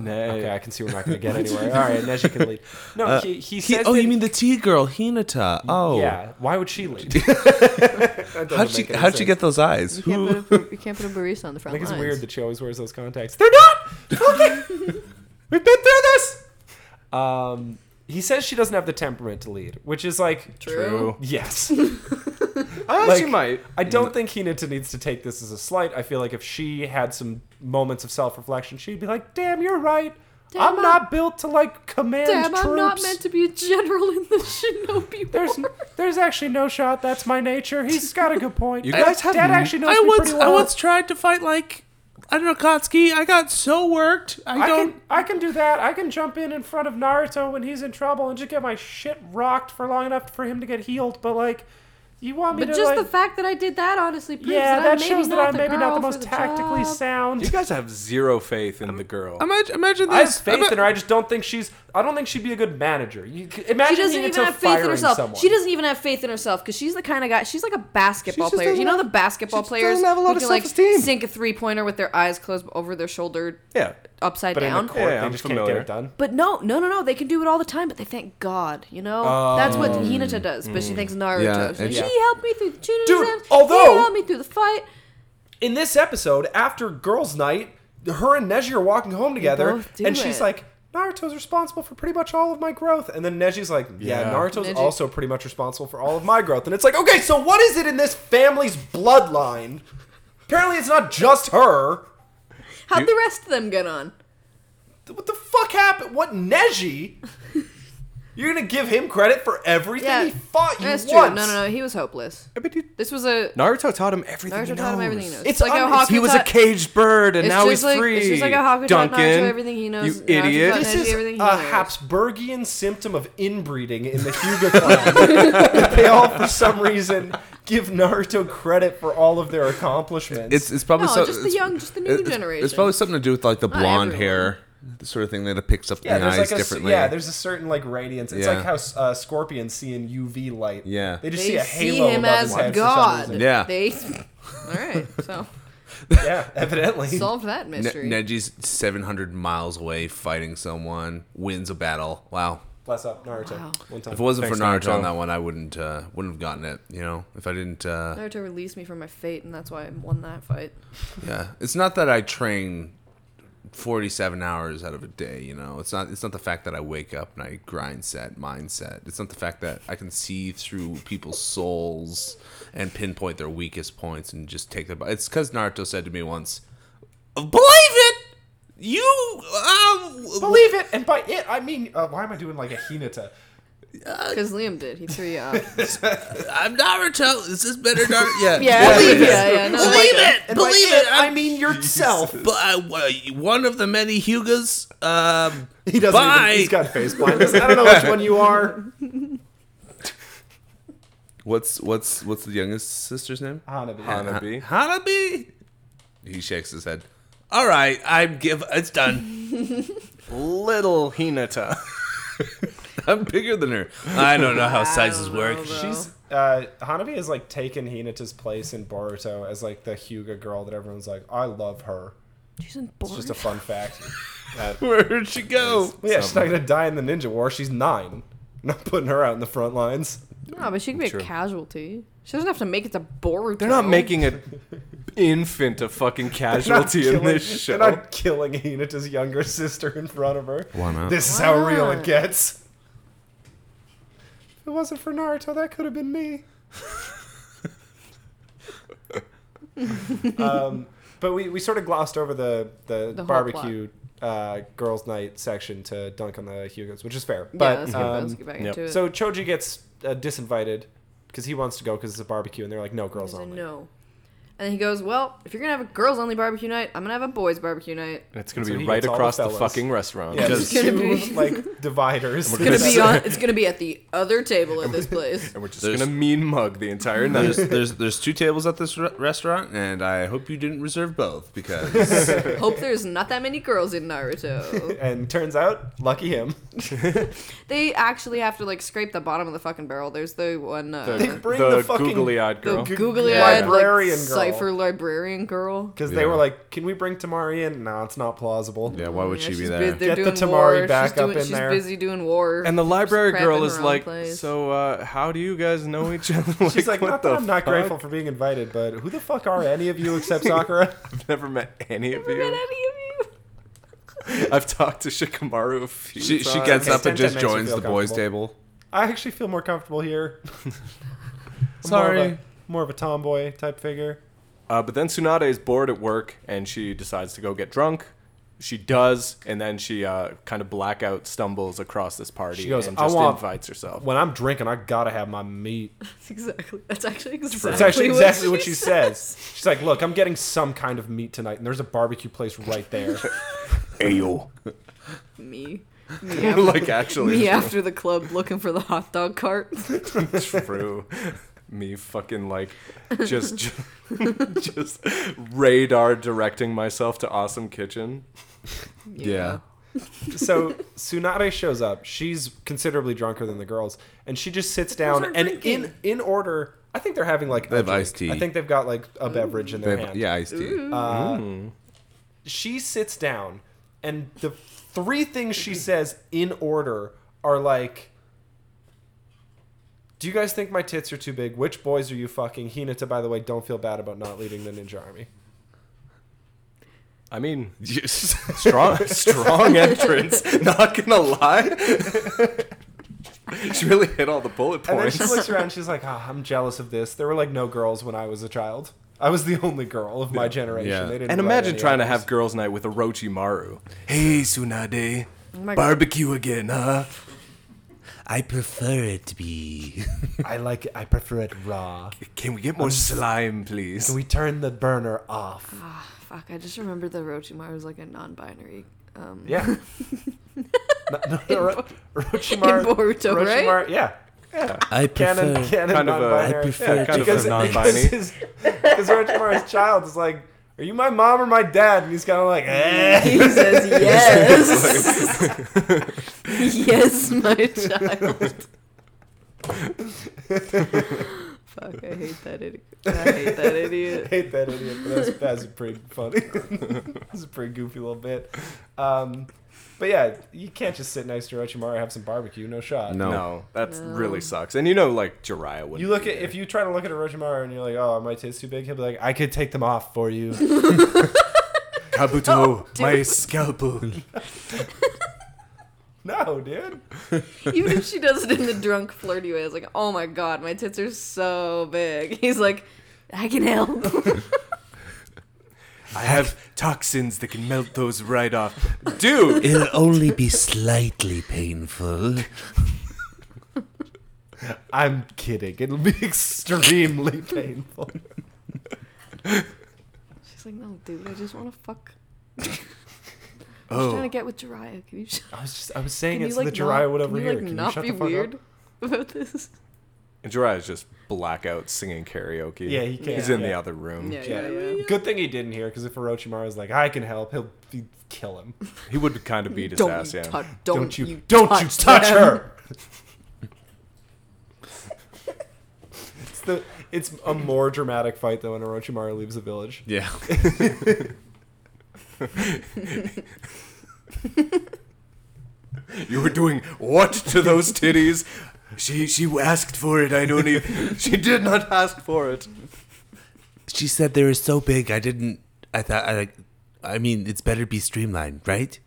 A: Okay, I can see we're not going to
B: <laughs>
A: get anywhere. All right, Neji can lead. <laughs> No, he, he
B: He-
A: says.
B: oh,
A: that-
B: you mean the tea girl, Hinata? Oh,
A: Yeah. Why would she
B: <laughs>
A: lead?
B: How'd she How'd she get those eyes?
C: You
B: Who?
A: <laughs>
C: can't, put a, you can't put a barista on the
A: I
C: front
A: think it's
C: lines.
A: weird that she always wears
B: <laughs>
A: those contacts. They're not. Okay. We've been through this. Um. he says she doesn't have the temperament to lead, which is like
C: True. <laughs>
A: yes.
D: Uh,
A: Like,
D: she might.
A: I don't think Hinata needs to take this as a slight. I feel like if she had some moments of self-reflection, she'd be like, "Damn, you're right.
C: Damn,
A: I'm
C: I'm-
A: not built to like command
C: Damn,
A: troops.
C: I'm not meant to be a general in the
A: <laughs>
C: Shinobi
A: There's
C: War.
A: there's actually no shot. That's my nature. He's got a good point.
D: You guys have
A: Dad
D: n-
A: actually knows
B: I
A: me
B: once
A: pretty well.
B: I once tried to fight like I don't know Kotsky. I got so worked. I,
A: I
B: don't.
A: can I can do that. I can jump in in front of Naruto when he's in trouble and just get my shit rocked for long enough for him to get healed. But like, you want me
C: But
A: to
C: just
A: like?
C: the fact that I did that honestly proves
A: yeah,
C: that,
A: that
C: I'm maybe
A: shows
C: not
A: that I'm
C: the
A: maybe
C: girl
A: not the
C: for
A: most tactically
C: job.
A: sound.
D: You guys have zero faith in the girl.
B: Imagine, imagine this.
A: I have faith
B: Ima-
A: in her. I just don't think she's. I don't think she'd be a good manager. You c- imagine
C: She doesn't
A: Hinata
C: even have faith
A: firing
C: in herself.
A: Someone.
C: She doesn't even have faith in herself because she's the kind of guy. She's like a basketball
D: She just
C: player. You
D: doesn't
C: know the
D: have-
C: basketball
D: she just
C: players
D: doesn't have a lot
C: who
D: of
C: can like
D: self-esteem.
C: sink a three pointer with their eyes closed over their shoulder,
D: yeah.
C: upside
A: But in
C: down.
A: the court,
D: Yeah,
A: they
D: I'm
A: just can't
D: familiar.
A: get it done.
C: But no, no, no, no. They can do it all the time, but they thank God. You know, that's
D: Oh.
C: what Hinata does. But she
D: Mm.
C: thanks Naruto.
B: Yeah,
C: She's like,
B: and-
C: He helped me through the tuning
A: Dude,
C: exams.
A: although-
C: he helped me through the fight.
A: in this episode, after girls' night, her and Neji are walking home together,
C: both do
A: and she's
C: it.
A: like, "Naruto's responsible for pretty much all of my growth," and then Neji's like, "Yeah,
D: Yeah.
A: Naruto's
C: Neji-
A: also pretty much responsible for all of my growth," and it's like, "Okay, so what is it in this family's bloodline? Apparently, it's not just her.
C: How'd
D: You-
C: the rest of them get on?
A: What the fuck happened? What Neji?" You're gonna give him credit for everything
C: Yeah,
A: he fought you
C: That's
A: once.
C: true. No, no, no. He was hopeless.
D: But he-
C: This was a
D: Naruto taught him everything.
C: Naruto
D: he knows.
C: taught him everything he knows.
A: It's
C: It's like how
A: un-
C: Haku
D: He was a
C: taught-
D: caged bird, and
C: It's
D: now
C: just
D: he's
C: like-
D: free.
C: it's just like how Haku taught Naruto
D: Duncan,
C: everything he knows,
D: You
C: Naruto taught
D: idiot!
C: Neji.
A: This is
C: everything he
A: a
C: knows.
A: Habsburgian symptom of inbreeding in the Hyuga clan. <laughs> that they all, for some reason, give Naruto credit for all of their accomplishments.
B: It's it's probably
C: No,
B: so-
C: just the
B: it's-
C: young- just the new
B: it's- It's
C: generation.
B: probably something to do with like the
C: Not
B: blonde
C: everyone.
B: hair, the sort of thing that it picks up
A: yeah,
B: the
A: there's
B: eyes
A: like a,
B: differently.
A: yeah, there's a certain like radiance. It's like
B: Yeah.
A: how uh, scorpions see in UV light.
B: Yeah.
A: they just
C: They
A: see a
C: see
A: halo
C: him
A: above his
C: as
A: head for some
B: <laughs>
C: God.
A: reason.
B: Yeah.
C: They. All right.
A: <laughs>
C: So
A: yeah, evidently.
C: solved that
B: Ne-
C: mystery.
B: Neji's 700 miles away fighting someone, wins a battle. Wow.
A: Bless up Naruto.
C: Wow.
A: One time.
B: If it wasn't
D: Thanks,
B: for Naruto,
D: Naruto.
B: on that one, I wouldn't uh, wouldn't have gotten it. You know, if I didn't. Uh,
C: Naruto released me from my fate, and that's why I won that fight.
B: yeah, it's not that I train 47 hours out of a day. You know, it's not it's not the fact that I wake up and I grind set mindset. It's not the fact that I can see through people's souls and pinpoint their weakest points and just take their. bu- It's because Naruto said to me once, "Believe it." You um,
A: Believe it, and by it I mean, uh, why am I doing like a Hinata?
B: Uh,
C: Because Liam did. He threw
B: <laughs>
C: you out.
B: I'm Naruto. Is this better, <laughs> Naruto? Yeah,
C: believe it. Yeah, yeah. No,
B: Believe
C: like-
B: it.
A: And by
B: Believe it.
A: I
B: <laughs> I'm
A: mean yourself.
B: But I, well, one of the many Hugas. Um,
A: He doesn't.
B: Bye.
A: Even, he's got face blindness. I don't know which one you <laughs> are.
B: what's what's what's the youngest sister's name?
A: Hanabi.
D: Hanabi.
B: Hanabi. He shakes his head. All right, I'm give. It's done. <laughs>
D: Little Hinata.
B: I'm bigger than her. I don't know how sizes
C: don't
A: <laughs>
B: work.
C: know, bro.
A: She's uh, Hanabi has like taken Hinata's place in Boruto as like the Hyuga girl that everyone's like, I love her.
C: She's in
A: It's
C: Boruto.
A: just a fun
D: <laughs>
A: fact. That-
B: <laughs> Where'd she go?
A: Well, yeah, she's not gonna die in the ninja war. She's nine. Not putting her out in the front lines.
C: No, but she can be
D: True.
C: a casualty. She doesn't have to make it to Boruto.
D: They're not making an infant
A: <laughs>
D: a fucking
A: They're not
D: casualty in
A: killing-
D: this show.
A: They're not killing Hinata's younger sister in front of her.
B: Why not?
A: This is
C: Why
A: how real
C: not?
A: it gets. If it wasn't for Naruto, that could have been
C: <laughs>
A: me. um, but we, we sort of glossed over the, the,
C: The whole
A: barbecue uh, girls' night section to dunk on the Hugos, which is fair.
C: Yeah,
A: But
C: let's get, let's
A: um,
C: get back
D: yep.
C: into it.
A: so Choji gets uh, disinvited because he wants to go because it's a barbecue, and they're like, no, girls
C: He's like,
A: only.
C: no. And he goes, well, if you're gonna have a girls only barbecue night, I'm gonna have a boys barbecue night.
D: And it's gonna
A: So
D: be
A: he
D: right
A: gets all the
D: across the
A: fellas.
D: fucking restaurant.
A: Yeah,
B: Because-
A: there's
C: It's gonna
A: two
C: be-
A: like dividers.
D: We're
C: It's
D: gonna
C: gonna
A: <laughs>
C: be on. It's gonna be at the other table at this place.
D: And we're just
B: There's-
D: gonna mean mug the entire night.
B: There's, there's there's two tables at this re- restaurant, and I hope you didn't reserve both because
C: Hope there's not that many girls in Naruto.
A: <laughs> and turns out, lucky him.
C: they actually have to like scrape the bottom of the fucking barrel. There's <laughs> the one. Uh,
A: <laughs> They bring the fucking-
D: googly-eyed
C: the
D: girl.
C: googly-eyed
A: Librarian
C: like,
A: girl.
C: cipher librarian girl.
A: Because
B: Yeah.
A: they were like, "Can we bring Tamari in?" No, it's not plausible.
B: <laughs> yeah, why would she
C: she's
B: be
C: bu-
B: there?
A: Get
C: they're
A: the
C: doing
A: Tamari
C: war.
A: back
C: she's doing,
A: up in
C: she's
A: there.
C: busy doing war.
D: and the library
C: She's
D: girl
C: prepping
D: is
C: her own
D: like,
C: place. <laughs>
D: so uh, how do you guys know each other? <laughs>
A: She's like,
D: what
A: "Not
D: the
A: that I'm not
D: fuck?
A: grateful for being invited, but who <laughs> the fuck are any of you except Sakura?"
D: I've never met any of
C: Never met
D: you.
C: any of you.
D: I've talked to Shikamaru a few
B: She, she
D: times.
B: gets
A: Okay,
B: up and
A: Stenta
B: just
A: makes you
B: joins
A: feel
B: the boys'
A: comfortable.
B: table.
A: I actually feel more comfortable <laughs> here. I'm
B: Sorry.
A: More of, a, more of a tomboy type figure.
D: Uh, but then Tsunade is bored at work and she decides to go get drunk. She does, and then she uh, kind of blackout stumbles across this party
A: She goes,
D: and
A: "I
D: just
A: want-
D: invites herself.
A: When I'm drinking, I gotta have my meat.
C: That's exactly. That's actually exactly.
A: That's actually
C: what
A: exactly what
C: she
A: she says. She's like, "Look, I'm getting some kind of meat tonight, and there's a barbecue place right <laughs> there."
D: Ayo.
A: <laughs>
C: Me.
B: <laughs>
C: Me after,
D: like, actually,
C: me after the club looking for the hot dog cart. <laughs>
D: true. Me fucking like just ju- <laughs> just radar directing myself to Awesome Kitchen.
B: Yeah.
A: so Tsunade shows up. She's considerably drunker than the girls, and she just sits down
C: aren't
A: and
C: drinking.
A: in in order. I think they're having like
B: They have
A: a drink.
B: iced tea.
A: I think they've got like a beverage in
B: They
A: their
B: have-
A: hand.
B: yeah, iced tea.
A: She sits down, and the three things she says in order are like. Do you guys think my tits are too big? Which boys are you fucking? Hinata, by the way, don't feel bad about not leading the ninja army.
D: I mean,
B: <laughs> Yes.
D: strong strong entrance. Not gonna lie. she really hit all the bullet
A: And then
D: points.
A: she looks around. She's like, "Ah, "I'm jealous of this. There were like no girls when I was a child. I was the only girl of my generation.
B: Yeah.
A: They didn't
D: And
A: let
D: imagine
A: any
D: trying to
A: others."
D: have girls' night with Orochimaru. Hey, Tsunade.
C: Oh my God.
D: Barbecue again, huh?
B: I prefer it to be.
A: I like. It, I prefer it raw.
D: Can we get more slime, please?
A: Can we turn the burner off?
C: Ah, Fuck! I just remember that Orochimaru was like a non-binary. Um,
D: <laughs>
A: Yeah. no, no, no, Ro- Orochimaru-
C: <laughs> in Boruto, right?
A: Orochimaru- Yeah.
B: I
A: Canon, canon,
D: Kind of a-
A: non-binary.
B: I prefer
A: yeah,
B: it to
A: because, because
D: be non-binary.
A: <laughs> his, because Orochimaru's child is like, "Are you my mom or my dad?" And he's kind of like, "Eh." <laughs>
C: He
D: <laughs>
C: says yes. <laughs> yes, my child. Fuck! I hate that idiot. I hate that
A: I
C: idiot.
A: hate that idiot. But that's that's pretty funny. <laughs> that's a pretty goofy little bit. Um, but yeah, you can't just sit next to Orochimaru and have some barbecue. No shot.
B: No.
D: No, that
C: No.
D: really sucks. And you know, like Jiraiya would.
A: You look at if you try to look at Orochimaru and you're like, oh, my tits too big. He'll be like, I could take them off for you.
C: <laughs>
D: <laughs> Kabuto,
C: dude.
D: my scalpel.
C: <laughs>
A: no, dude.
C: Even if she does it in the drunk flirty way, it's like, oh my god, my tits are so big. <laughs> He's like, I can help.
D: I have toxins that can melt those right off, dude.
B: It'll only be slightly painful.
A: I'm kidding. It'll be <laughs>
C: <laughs>
A: extremely painful.
C: She's like, no, dude, I just want to fuck. <laughs> I'm just trying
D: Oh,
C: to get with Jiraiya. Can you, sh-
A: I was just I was saying
C: can you
A: it's
C: like
A: the Jiraiya
C: not,
A: would over
C: can you,
A: here.
C: like,
A: can
C: not
A: you shut
C: be
A: the fuck
C: weird
A: up?
C: about this?
D: and Jiraiya's just blackout singing karaoke.
A: Yeah, he can,
D: He's in the
A: yeah.
D: other room.
C: Yeah,
A: Yeah.
C: yeah, yeah.
A: Good thing he didn't hear, because if Orochimaru's like, I can help, he'll he'd kill him.
D: He would kind of beat his
C: Don't,
D: ass.
C: you
D: Yeah.
C: touch, don't,
A: don't you,
C: you
A: don't you touch
C: them. <laughs>
A: her it's the it's a more dramatic fight though when orochimaru leaves the village
B: Yeah.
D: You were doing what to those titties? She she asked for it. I don't even. She did not ask for it.
B: <laughs> She said they were so big. I didn't. I thought. I. I mean, it's better be streamlined, right?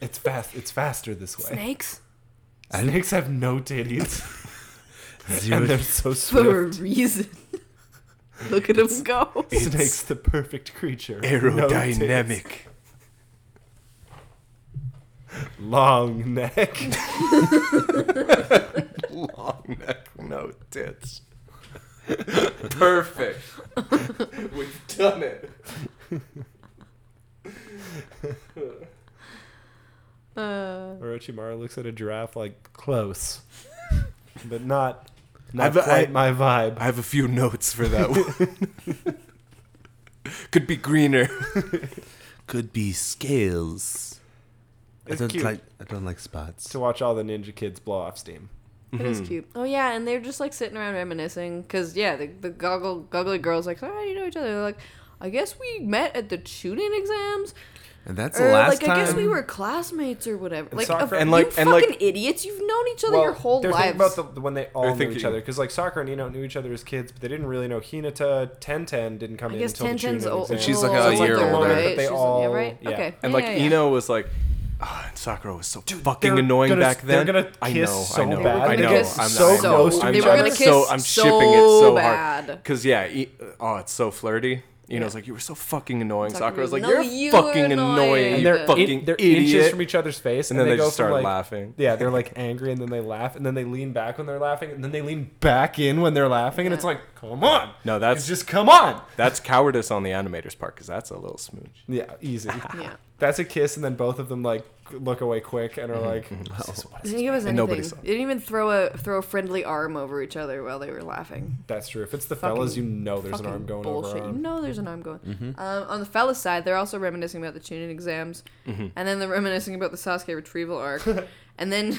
A: it's fast it's faster this way
C: Snakes?
A: snakes have no
D: <laughs>
A: titties and
B: Zero.
A: they're so
C: For a
A: swift
C: reason. <laughs> Look at him go.
A: snakes the perfect creature No titties.
D: Aerodynamic.
A: long neck <laughs>
D: Long neck, no tits. <laughs>
C: <laughs>
D: Perfect. We've done it.
C: Uh,
A: orochimaru looks at a giraffe like close but not not
D: I've- I-
A: quite my vibe
D: I have a few
A: <laughs>
D: notes for that one. Could be greener.
B: Could be scales. I
A: It's
B: don't
A: cute.
B: like. I don't like spots.
A: to watch all the ninja kids blow off steam
C: It is cute. Oh yeah, and they're just like sitting around reminiscing because yeah, the, the goggle goggly girls like, oh, how do you know each other? They're like, I guess we met at the shooting exams,
B: And that's
C: or
B: the last
C: Uh, like
B: time.
C: I guess we were classmates or whatever. Like,
A: soccer-
C: of,
A: and,
D: like-
C: you
D: and, like-
C: fucking idiots, you've known each other <laughs> your whole
A: they're
C: lives.
A: thinking about the, the- when they all
D: They're
A: knew each
D: thinking-
A: other because like Sakura and Ino knew each other as kids, but they didn't really know Hinata. Ten Ten didn't come
C: I
A: in
C: guess
A: until the
C: Ten Ten's
A: Chunin
C: old.
A: exam.
B: she's like a
A: So it's
B: year
A: the
B: older.
A: moment
C: right?
A: that they
C: She's-
A: all-
C: yeah, right?
A: yeah.
C: Okay.
D: And
C: Yeah,
D: like
C: yeah, yeah.
D: Eno was like, Sakura was so
A: they're
D: fucking annoying
A: gonna-
D: back
A: they're
D: then.
A: gonna
D: I
A: kiss
D: know,
A: so
D: I know,
A: bad.
D: I
A: They
D: know.
A: kiss
D: I'm,
A: so
D: I know,
A: close to
D: I'm,
A: each
D: I'm
A: other.
D: So I'm
C: So
D: shipping it so
C: bad.
D: hard. Cause yeah, e- oh, it's so flirty. You know, it's like you were so fucking annoying.
C: Sakura's
D: Sakura's like,
C: like,
D: you're
C: "No, you were
D: fucking
C: annoying."
D: annoying.
C: And
D: you
A: in-
D: fucking
A: they're inches
D: idiot.
A: from each other's face,
D: And
A: and,
D: then
A: they,
D: they
A: go
D: just
A: from,
D: start
A: like-
D: laughing.
A: Yeah, they're like angry, and then they laugh, and then they lean back when they're laughing, and then they lean back in when they're laughing, and
C: Yeah.
A: it's like, come on,
D: No, that's-
A: It's just come on.
D: That's cowardice on the animator's part, cause that's a little smooch.
A: Yeah,
C: <laughs>
A: easy.
C: Yeah.
A: That's a kiss, and then both of them like look away quick and
D: Mm-hmm.
A: are like,
C: Didn't give us
D: And
C: anything.
D: nobody saw.
C: They didn't even throw a throw a friendly arm over each other while they were laughing.
A: "That's true." If it's the fellas, you
C: Fucking-
A: know there's an
C: Fucking
A: arm going
C: bullshit.
A: over.
C: You
A: Arm.
C: know there's an arm going.
B: Mm-hmm.
C: Um, on the fella's side, they're also reminiscing about the tuning exams,
B: Mm-hmm.
C: and then they're reminiscing about the Sasuke
A: <laughs>
C: retrieval arc, and then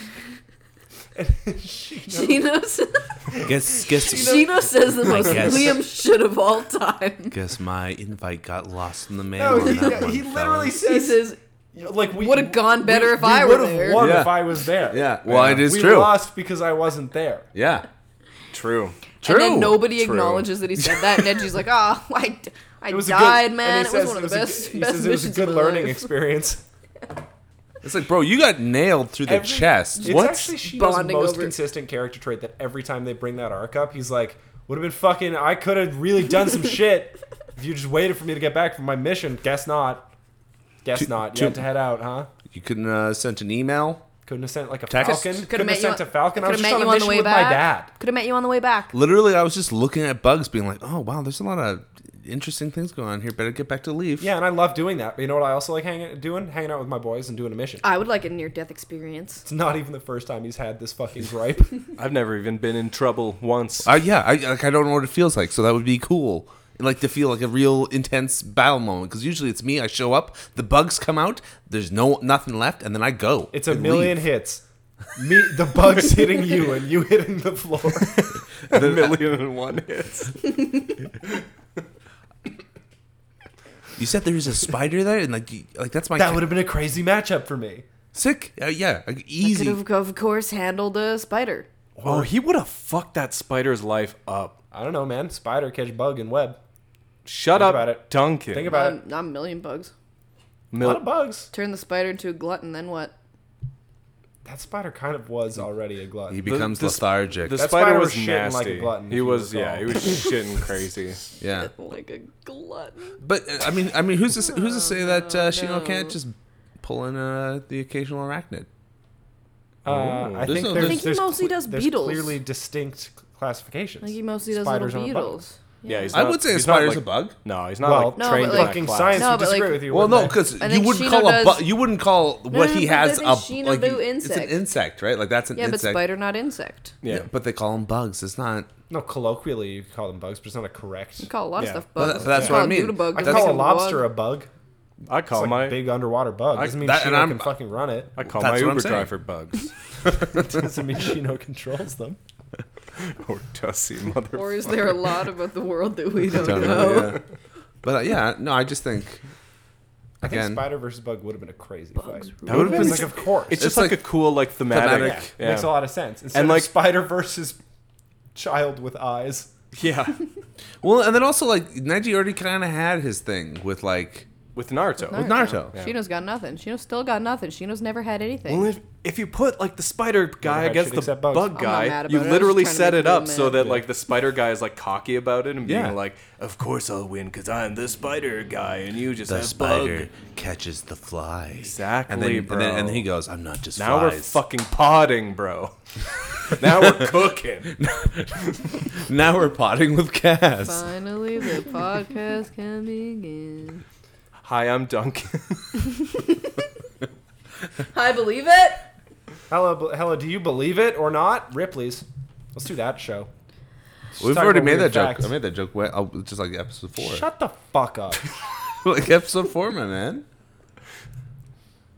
C: <laughs> Shino s-
B: Guess
C: <laughs>
B: guess
C: Shino says the most
B: guess.
C: Liam shit of all time.
B: guess my invite got lost in the mail.
A: No,
B: on
A: he,
B: that one,
A: he literally
B: fellas.
C: He
A: says,
C: says,
A: "Like we
C: "Would've gone better
A: we-
C: if I were
A: would've
C: there."
A: won
B: Yeah.
A: if I was there."
B: Yeah. Well, it is
A: we
B: true.
A: lost because I wasn't there.
B: Yeah.
D: True.
C: and then
B: True.
C: nobody
D: True.
C: acknowledges that he said that. and Neji's like, "Ah, <laughs> I, d- I
A: It was a
C: died,
A: good,
C: man.
A: and
C: It
A: he
C: was
A: says
C: one of the
A: it was a
C: best.
A: good- He
C: best
A: says it was a
C: missions of
A: good
C: my
A: learning
C: life."
B: <laughs>
A: experience.
B: It's like, bro, you got nailed through the
A: Every-
B: chest.
A: It's
B: What's
A: actually Shino's
C: bonding
A: most
C: over-
A: consistent character trait that every time they bring that arc up, he's like, "Would have been fucking. I could have really done
C: <laughs>
A: some shit if you just waited for me to get back from my mission. Guess not. Guess
B: Two-
A: not. You
B: two-
A: had to head out, huh?
B: you couldn't uh, sent an email?
A: Couldn't have sent like a
B: Text?
A: falcon.
C: Could have
A: Couldn't have
C: met you.
A: sent a falcon. I
C: coulda
A: was
C: met
A: just on
C: you
A: a
C: on the
A: mission
C: way
A: with
C: back.
A: my dad.
C: Could have met you on the way back.
B: Literally, I was just looking at bugs, being like, oh, wow, there's a lot of interesting things going on here. Better get back to leave.
A: Yeah, and I love doing that. But you know what I also like hanging doing? Hanging out with my boys and doing a mission.
C: I would like a near death experience.
A: It's not even the first time he's had this fucking
D: <laughs>
A: gripe.
D: I've never even been in trouble once.
B: Uh, yeah, I, like, I don't know what it feels like, so that would be cool. And, like to feel like a real intense battle moment because usually it's me. I show up, the bugs come out, there's no nothing left, and then I go.
A: It's a
B: and
A: million
B: leave.
A: hits. Me, the bugs hitting you and you hitting the
D: <laughs>
A: floor.
B: <laughs>
A: <laughs>
D: a million and one hits.
B: You said there was a spider there, and like, you- like that's my
A: That would have been a crazy matchup for me.
B: sick. Uh, yeah, like,
C: I could
B: easy.
C: have, of course, handled a spider.
D: Oh, he would have fucked that spider's life up.
A: I don't know, man. Spider catch bug and web.
D: Shut
A: Think
D: up,
A: about it.
D: Duncan.
A: Think about
C: Um,
A: it.
C: not a million bugs.
A: A
D: Mil-
A: lot of bugs.
C: Turn the spider into a glutton, then what?
A: That spider kind of was already a glutton.
B: he becomes
D: the- the-
B: lethargic.
D: the
A: That
D: spider,
A: spider was
D: was
A: shitting like a
D: nasty.
A: glutton, if
D: he
A: you
D: was, yeah, he
A: recall.
D: was
A: <laughs>
D: shitting crazy.
B: yeah,
C: <laughs> like a glutton.
B: but uh, I mean, I mean, who's to, s- who's to say that uh, Shino
C: Oh, no.
B: can't just pull in uh, the occasional arachnid?
A: Uh, I,
B: There's
A: think
B: no-
A: there's,
B: I think
C: he
A: there's
C: mostly does
A: there's
C: beetles.
A: clearly distinct classifications.
C: Like he mostly does
A: Spiders
C: little
A: aren't
C: beetles.
D: Yeah, he's
B: I
D: not-
B: would say a
D: he's not,
B: spider's
D: like-
B: a bug.
D: No, he's not
A: Well,
D: like
C: No,
D: trained
C: but, like-
D: in that
A: fucking
D: class.
A: science
C: No,
A: would
C: but,
A: disagree
C: like-
A: with you.
B: Well, no,
A: wouldn't they?
B: because
C: I
B: you
C: think
B: wouldn't
C: Shino
B: call a
C: does-
B: bu- you wouldn't call what
C: no,
B: he
C: but
B: has
C: doesn't
B: a
C: Shino
B: like
C: do
B: it's an
C: insect?
B: insect, right? Like that's an
C: Yeah, but
B: insect.
C: spider, not insect.
B: Yeah.
D: Yeah.
B: but they call them bugs. It's
C: <laughs>
B: not.
A: no, colloquially you could call them bugs, but it's not a correct.
C: You call a lot
D: Yeah.
C: of stuff
B: Well,
C: bugs.
B: that- that's
C: You
B: what I
C: call a
B: mean.
C: doodle bug,
A: I
C: doesn't
A: call a
C: make them
A: lobster a
C: bug.
A: bug.
D: I call
A: It's like
D: my
A: big underwater bug.
D: I-
A: Doesn't mean
B: that- and
A: Shino
B: I'm-
A: can fucking run
D: <laughs>
A: it.
D: I call
B: That's
D: my
B: what I'm
D: Uber
B: saying.
D: driver
A: <laughs>
D: bugs.
A: Doesn't mean Shino controls them.
D: or Dusty mother.
C: Or is there a lot about the world that we don't,
B: Don't
C: know?
B: know, yeah. But uh, yeah, no, I just think
A: I think
B: Again.
A: Spider versus Bug would have been a crazy
C: Bugs
A: fight.
C: rule.
D: That would have
A: It's
D: been
A: like, of course.
D: It's,
B: It's
D: just like,
B: like
D: a cool, like
A: <laughs>
D: thematic.
A: yeah,
D: Yeah.
A: makes a lot of sense. Instead
D: And,
A: of
D: like-
A: Spider versus child with eyes.
D: yeah.
B: well, and then also like Neji already kind of had his thing with like
D: With Naruto.
C: With
B: Naruto.
D: Yeah.
C: Shino's got nothing. Shino's still got nothing. Shino's never had anything.
D: Well, if, if you put like the spider guy
A: had
D: against
A: shit
D: the
A: except bugs.
D: bug
C: I'm not mad
D: guy,
C: about
D: you
C: it. I was
D: literally
C: just
D: set
C: trying to
D: it
C: make
D: up
C: you
D: so
C: mad.
D: that like the spider guy is like cocky about it and being
B: Yeah.
D: like, "Of course I'll win because I'm the spider guy and you just
B: the
D: have
B: spider
D: bug."
B: catches the fly.
D: Exactly,
B: and then, And then, and
D: bro.
B: he goes, "I'm not just
D: Now we're
B: flies.
D: fucking potting,
A: <laughs>
D: bro. now we're cooking.
B: now we're potting with gas."
C: Finally, the podcast can begin.
D: Hi, I'm Duncan. <laughs>
C: I believe it.
A: Hello, hello. Do you believe it or not? Ripley's. Let's do that show.
B: We've
A: talk
B: already
A: about
B: made
A: weird
B: that
A: facts.
B: joke. I made that joke way, oh, just like episode four,
A: Shut the fuck <laughs> up.
B: <laughs> like episode four, my man.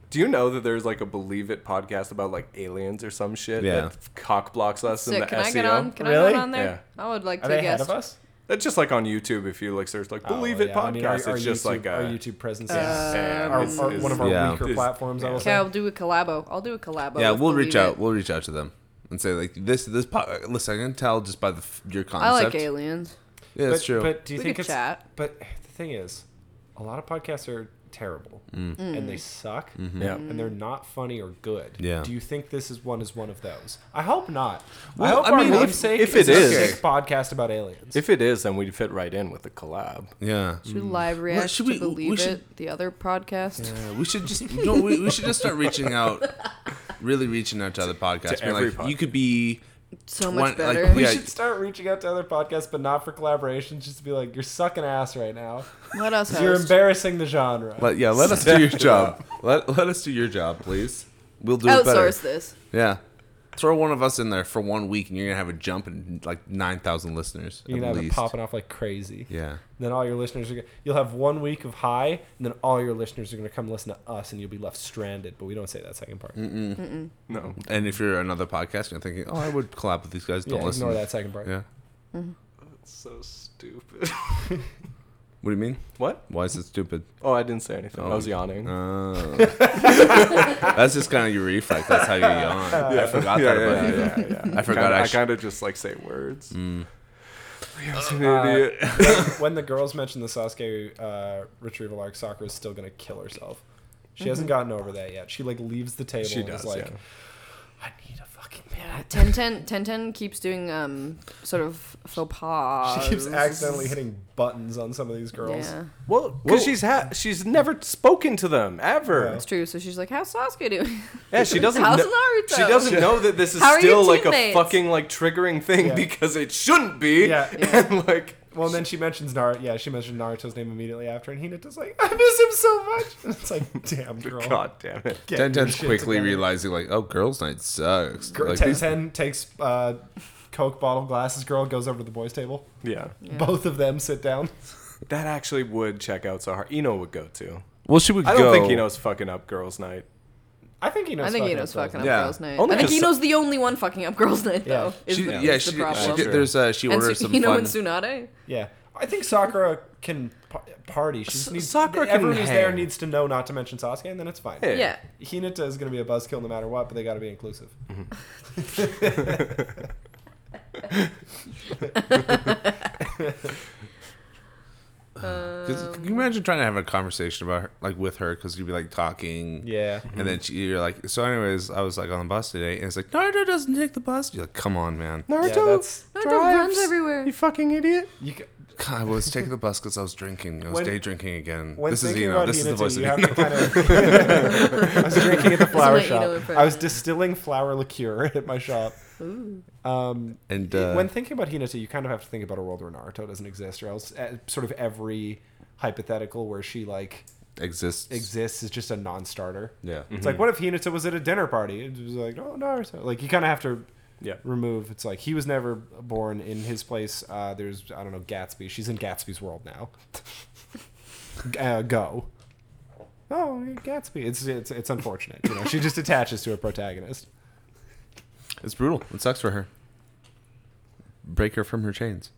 D: Do you know that there's like a Believe It podcast about like aliens or some shit
B: Yeah.
D: that cock blocks us in
C: Sick.
D: the E
C: Can
D: SEO?
C: I get on? Can I
A: Really?
C: get on there? I would like
A: Are
C: to
A: they ahead
C: guess.
A: of us?
D: That's just like on YouTube if you like search like Believe
A: Oh,
D: It
A: yeah.
D: podcast.
A: I mean, our- our
D: it's just
A: YouTube-
D: like a,
A: our YouTube presence.
C: Uh,
A: is-
D: Yeah,
A: our-
D: it's-
C: Um,
A: our-
D: it's-
A: one of our
B: Yeah.
A: weaker
D: It's-
A: platforms. I will
D: yeah.
A: say.
C: Yeah, I'll do a collabo. I'll do a collabo.
B: Yeah,
C: with
B: we'll reach
C: Oh, Believe
B: out.
C: It.
B: We'll reach out to them and say like this. This po- listen, I can tell just by the f- your concept.
C: I like aliens.
B: Yeah,
A: But,
B: that's true.
A: But do you
C: We
A: think
C: could
A: it's?
C: chat.
A: But the thing is, a lot of podcasts are terrible
B: Mm.
A: and
C: Mm.
A: they suck
D: Yeah.
A: and they're not funny or good.
B: Mm-hmm. Yeah.
A: Do you think this is one is one of those? I hope not.
B: Well,
A: I
B: I
A: hope
B: mean,
A: our
B: if-
A: namesake
D: if
A: is a
D: it is-
A: sick podcast about aliens.
D: If it is, then we'd fit right in with the collab.
B: Yeah.
C: Should live react
B: Hmm. should
C: to
B: we- we
C: believe
B: should-
C: it? The other podcast.
B: Yeah, we should
C: <laughs>
B: just no, we, we should just start reaching out, really reaching out to other podcasts.
D: To
B: being
D: every
B: like,
D: pod-
B: you could be
C: So
B: One-
C: much
B: like,
C: better.
A: we
B: yeah.
C: <laughs>
A: should start reaching out to other podcasts, but not for collaborations. Just to be like, you're sucking ass right now.
C: Let us host.
A: You're embarrassing the genre.
B: let yeah. Let <laughs> us do your job. Let let us do your job, please. We'll do it better.
C: Outsource this.
B: Yeah. Throw one of us in there for one week, and you're gonna have a jump in like nine thousand listeners.
A: you're gonna
B: at
A: have
B: least.
A: it popping off like crazy.
B: Yeah.
A: Then all your listeners are gonna, you'll have one week of high, and then all your listeners are gonna come listen to us, and you'll be left stranded. But we don't say that second part.
D: No.
B: And if you're another podcast, you're thinking, oh, I would collab with these guys. Don't
A: Yeah,
B: listen.
A: ignore that second part.
B: Yeah.
D: So stupid.
B: What do you mean?
D: <laughs> what?
B: Why is it
A: <laughs>
B: stupid?
D: Oh, I didn't say anything. I was
B: Oh.
D: yawning.
B: Oh. That's just kind of your reflex. That's how
A: <laughs>
B: you yawn. I forgot
D: yeah,
B: that
D: yeah,
B: about you. Mm.
D: yeah, yeah,
B: <laughs>
D: yeah.
B: I forgot
D: Kinda-
B: I
D: I
B: sh- Mm.
D: kind of just like say words. Like, I <laughs> was an
A: Uh,
D: idiot.
A: when, when the girls mentioned the Sasuke uh, retrieval arc, Sakura is still gonna kill herself. She hasn't gotten over that yet. She like leaves the table.
D: she
A: and
D: does.
A: Is like,
D: yeah.
A: I need a fucking minute.
C: <laughs> Ten Ten Ten Ten keeps doing um sort of faux pas.
A: She keeps accidentally hitting buttons on some of these girls.
C: Yeah,
D: Well, because she's ha- she's never spoken to them ever.
C: it's true. So she's like, "How's Sasuke doing?" <laughs>
D: Yeah, she doesn't.
C: How's
D: kno-
C: Naruto?
D: She doesn't know that
B: <laughs>
D: this is
C: How are your
D: still like a
C: teammates?
D: fucking like triggering thing
A: Yeah.
D: because it shouldn't be. <laughs>
A: Yeah.
D: And like,
A: Well, and then she mentions Naruto. Yeah, she mentioned Naruto's name immediately after, and Hinata's like, "I miss him so much." <laughs> And it's like, damn girl.
D: god damn it.
A: get
B: Ten
A: your
B: Ten's
A: shit
B: quickly
A: together.
B: realizing, like, oh, girls' night sucks.
A: Girl,
B: like,
A: Ten
B: these-
A: Ten takes uh, Coke bottle glasses. Girl goes over to the boys' table.
D: Yeah.
A: Both of them sit down.
D: That actually would check out so hard. Eno would go too.
B: well, she would
D: I
B: go.
D: don't think Eno's fucking up girls' night.
A: I think he knows.
C: I think
A: fucking
C: Eno's
A: up girls'
C: fucking up
B: Yeah.
C: girls' night.
D: Only
C: I think
D: 'cause-
C: Eno's the only one fucking up girls' night
A: Yeah.
C: though. Is
B: She,
C: the,
B: yeah,
C: is
B: she,
C: the problem.
B: she, there's uh, she
C: and
B: orders
C: so, <laughs>
B: some
C: Eno
B: fun.
C: and Tsunade.
A: Yeah, I think Sakura can par- party. She just needs
D: Sakura can
A: everyone who's there
D: hang.
A: needs to know not to mention Sasuke, and then it's fine.
D: Yeah.
C: Yeah.
A: Hinata is going to be a buzzkill no matter what, but they got to be inclusive.
C: Um,
B: Cause can you imagine trying to have a conversation about her, like with her because you'd be like talking,
A: Yeah.
B: and then she, you're like, so anyways, I was like on the bus today, and it's like Naruto doesn't take the bus. You're like, come on, man,
A: that's-
D: Naruto,
C: Naruto
D: drives,
C: runs everywhere.
D: You fucking idiot.
A: You ca
B: I was taking the bus because I was drinking. I was
A: When-
B: day drinking again.
A: when
B: This is
A: thinking
B: Eno.
A: about
B: This is the
A: Hinata,
B: voice of
A: you have
B: Eno.
A: to kind of.
B: <laughs>
A: I was drinking at the flower
C: my Eno
A: shop.
C: impression.
A: I was distilling flower liqueur <laughs> at my shop. Um,
B: And
A: it-
B: uh,
A: <laughs> when thinking about Hinata, you kind of have to think about a world where Naruto doesn't exist, or else uh, sort of every hypothetical where she like
B: uh, exists.
A: exists is just a non-starter.
B: yeah.
A: It's like, what if Hinata was at a dinner party? It was like, oh, Naruto. Like, you kind of have to
D: Yeah.
A: remove. It's like, he was never born in his place. Uh, there's, I don't know, Gatsby. She's in Gatsby's world now. <laughs> uh, go. Oh, Gatsby. It's, it's, it's unfortunate. You know, she just attaches to a protagonist.
B: It's brutal. It sucks for her. Break her from her chains.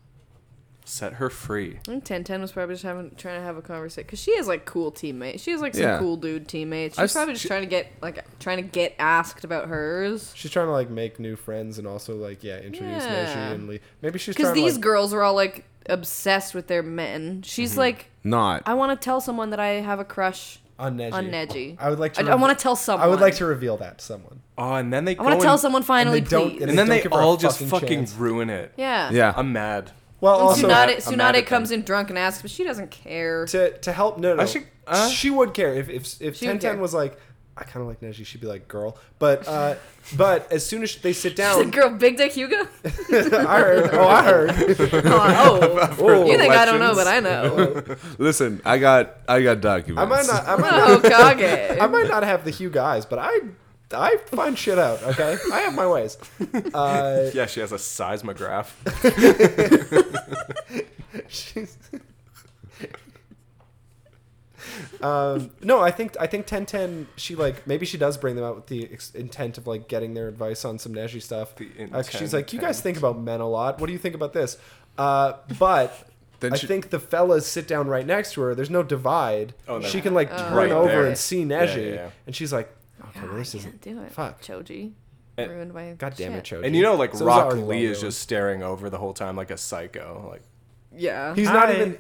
D: Set her free.
C: I think Ten Ten was probably just having trying to have a conversation because she has like cool teammates. She has like some
B: Yeah.
C: cool dude teammates.
B: I've
C: She's
B: s-
C: probably just trying to get like trying to get asked about hers
A: She's trying to, like, make new friends and also, like, yeah, introduce Neji
C: Yeah.
A: and Lee. Maybe she's
C: because
A: trying to,
C: these
A: like,
C: girls are all like obsessed with their men. She's like,
A: <laughs>
B: Not.
C: I want to tell someone that I have a crush
A: on Neji.
C: on Neji.
A: I would like to.
C: I, I want to tell someone.
A: I would like to reveal that to someone.
D: Oh, and then they
C: I want
D: go
C: to tell
D: and-
C: someone finally,
A: and they don't-
C: please.
A: and
D: And then
A: Don't
D: they
A: give her a
D: all just
A: fucking
D: fucking
A: chance.
D: ruin it.
C: yeah.
B: Yeah.
D: I'm mad.
A: Well,
C: And
A: also,
D: mad-
C: Tsunade,
D: I'm mad at
C: Tsunade comes in drunk and asks, but she doesn't care.
A: to to help no no
D: I should- uh?
A: she would care if if if
C: She would
A: Ten Ten
C: care.
A: was like I kind of like Neji she'd be like girl but uh <laughs> but as soon as they sit
C: She's
A: down
C: like, girl, Big Dick
A: <laughs>
C: Hugo?
A: I heard oh I heard
C: oh,
A: Oh,
C: you think I don't know, but I know.
B: Listen, I got I got documents.
A: I might not I might
C: Oh,
A: not, <laughs>
C: Kage.
A: I might not have the Hugh guys but I I find shit out okay I have my ways uh
D: <laughs> Yeah, she has a seismograph.
A: <laughs> she's um, no, I think I think ten ten. She like maybe she does bring them out with the ex- intent of like getting their advice on some Neji stuff.
D: The
A: Uh, 'cause she's like, you guys think about men a lot. What do you think about this? Uh,
D: <laughs>
A: but
B: Then
A: I
B: she-
A: think the fellas sit down right next to her. There's no divide.
D: Oh, no.
A: she can like
C: Oh.
A: turn
D: Right
A: over
D: there.
A: and see
D: Yeah,
A: Neji,
D: yeah, yeah.
A: and she's like, okay,
C: God,
A: well, this
C: I
A: isn't.
C: can't do it.
A: Fuck.
C: Choji.
D: And-
C: Ruined my
A: God damn it,
C: shit.
A: Choji.
D: And you know, like
A: So it was
D: Rock
A: already
D: Lee
A: well
D: is
A: known.
D: just staring over the whole time like a psycho. Like
C: Yeah.
A: He's not
D: Hi.
A: even.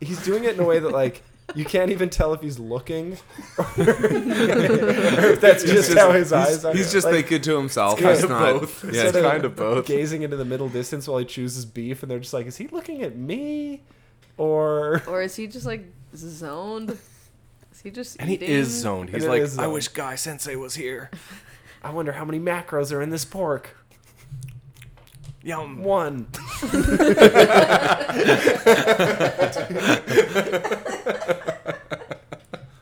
A: He's doing it in a way that like You can't even tell if he's looking,
B: <laughs>
A: or if that's just, how his eyes are.
B: He's just
A: Like,
B: thinking to himself.
A: kind
B: He's
A: of
B: not.
D: both.
B: Yeah,
A: sort
D: it's kind of both.
A: Gazing into the middle distance while he chooses beef, and they're just like, "Is he looking at me?" Or
C: <laughs> Or is he just like zoned? Is he just
D: And he
C: eating?
D: is zoned.
A: And
D: He's
A: it
D: like,
A: is
D: I
A: zoned.
D: wish Guy Sensei was
A: <laughs>
D: here.
A: I wonder how many macros are in this pork.
D: Yum.
A: One.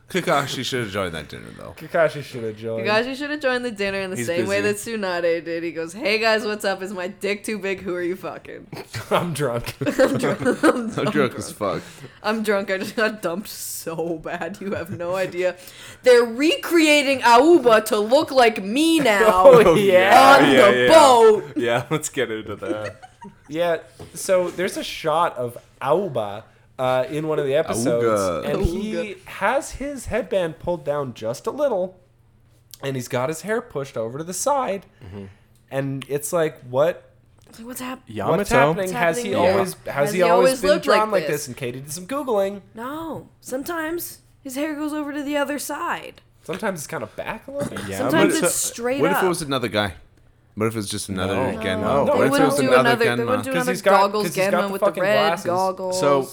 B: Kakashi should have joined that dinner
C: <laughs>
B: though.
A: Kakashi should have joined.
C: You guys, you should have joined the dinner in the
B: He's
C: same way that
B: busy.
C: Tsunade did. He goes, "Hey guys, what's up? Is my dick too big? Who are you fucking?
A: <laughs> I'm drunk.
C: <laughs> I'm,
B: I'm drunk as fuck.
C: I'm drunk. I just got dumped so bad. You have no idea. They're recreating Aoba to look like me now <laughs>
A: Oh, yeah.
C: on
D: yeah,
C: the
D: yeah.
C: boat.
D: Yeah, <laughs> let's get into that.
A: Yeah. So there's a shot of Auba uh, in one of the episodes,
B: Auga.
A: and he
C: Auga.
A: has his headband pulled down just a little, and he's got his hair pushed over to the side,
D: Mm-hmm.
A: and it's like, what?
C: It's like, what's happening?
D: Yamato.
A: What's happening? Has he
C: happening
B: now?
A: always has he always been
C: looked like
A: drawn like
C: this?
A: this? And Katie did some googling.
C: No, sometimes his hair goes over to the other side.
A: Sometimes it's kind of back a little bit.
D: Yeah,
C: Sometimes
D: but-
C: it's straight
B: What
C: up.
B: if it was another guy? What if it's just another
D: No.
A: No.
B: Genma? What
A: They
B: if it
A: wouldn't
B: was
A: do
B: another,
C: They
B: Genma?
C: wouldn't do
A: 'Cause
C: another
A: he's got-
C: goggles
A: 'cause he's got
C: Genma
A: the
C: with the
A: fucking
C: red
A: glasses.
C: goggles.
D: So,